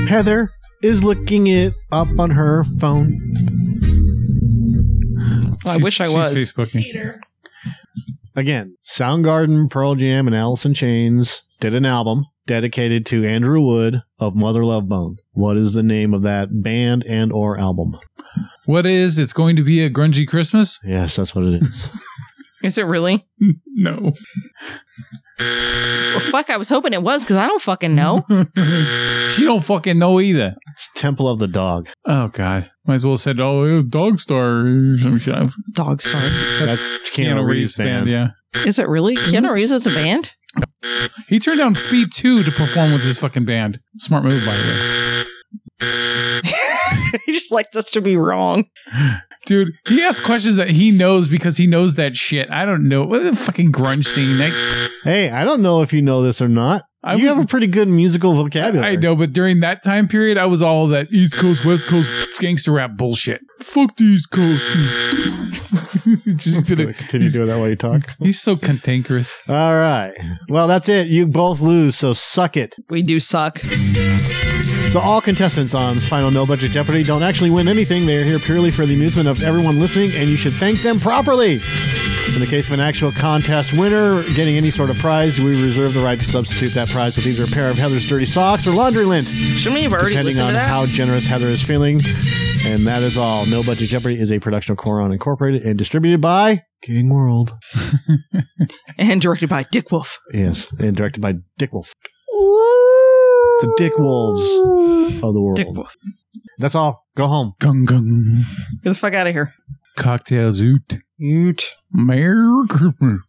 Speaker 3: Heather is looking it up on her phone.
Speaker 2: I
Speaker 1: She's-
Speaker 2: wish I
Speaker 1: she's
Speaker 2: was.
Speaker 1: Facebooking.
Speaker 3: again, Soundgarden, Pearl Jam, and Alice in Chains did an album dedicated to Andrew Wood of Mother Love Bone. What is the name of that band and or album?
Speaker 1: What is? It's going to be a grungy Christmas.
Speaker 3: Yes, that's what it is.
Speaker 2: Is it really?
Speaker 1: No.
Speaker 2: Well, fuck, I was hoping it was because I don't fucking know.
Speaker 1: She don't fucking know either.
Speaker 3: it's Temple of the Dog.
Speaker 1: Oh God. Might as well have said, "Oh, it was Dog Star or some shit."
Speaker 2: Dog star.
Speaker 3: That's, Keanu, Reeves' band.
Speaker 1: Yeah.
Speaker 2: Is it really? Keanu Reeves is a band?
Speaker 1: He turned down Speed 2 to perform with his fucking band. Smart move, by the way.
Speaker 2: he just likes us to be wrong.
Speaker 1: Dude, he asks questions that he knows because he knows that shit. I don't know. What the fucking grunge scene? Like,
Speaker 3: Hey, I don't know if you know this or not.
Speaker 1: I
Speaker 3: you
Speaker 1: would-
Speaker 3: have a pretty good musical vocabulary.
Speaker 1: I know, but during that time period, I was all that East Coast, West Coast gangster rap bullshit. Fuck the East Coast. Just
Speaker 3: Gonna
Speaker 1: did
Speaker 3: Continue
Speaker 1: he's,
Speaker 3: doing that while you talk.
Speaker 1: he's so cantankerous.
Speaker 3: All right. Well, that's it. You both lose, so suck it.
Speaker 2: We do suck.
Speaker 3: So all contestants on Final No Budget Jeopardy don't actually win anything. They are here purely for the amusement of everyone listening, and you should thank them properly. In the case of an actual contest winner getting any sort of prize, we reserve the right to substitute that prize with either a pair of Heather's dirty socks or laundry lint,
Speaker 2: Shouldn't we have already
Speaker 3: depending
Speaker 2: listened to
Speaker 3: on
Speaker 2: that?
Speaker 3: how generous Heather is feeling. And that is all. No Budget Jeopardy is a production of Coron Incorporated and distributed by King World.
Speaker 2: and directed by Dick Wolf.
Speaker 3: Yes, and directed by Dick Wolf. the dick wolves of the world.
Speaker 2: Dick wolf.
Speaker 3: That's all. Go home.
Speaker 1: Gung gung.
Speaker 2: Get the fuck out of here.
Speaker 1: Cocktail zoot.
Speaker 6: Oot.
Speaker 1: Merry Christmas.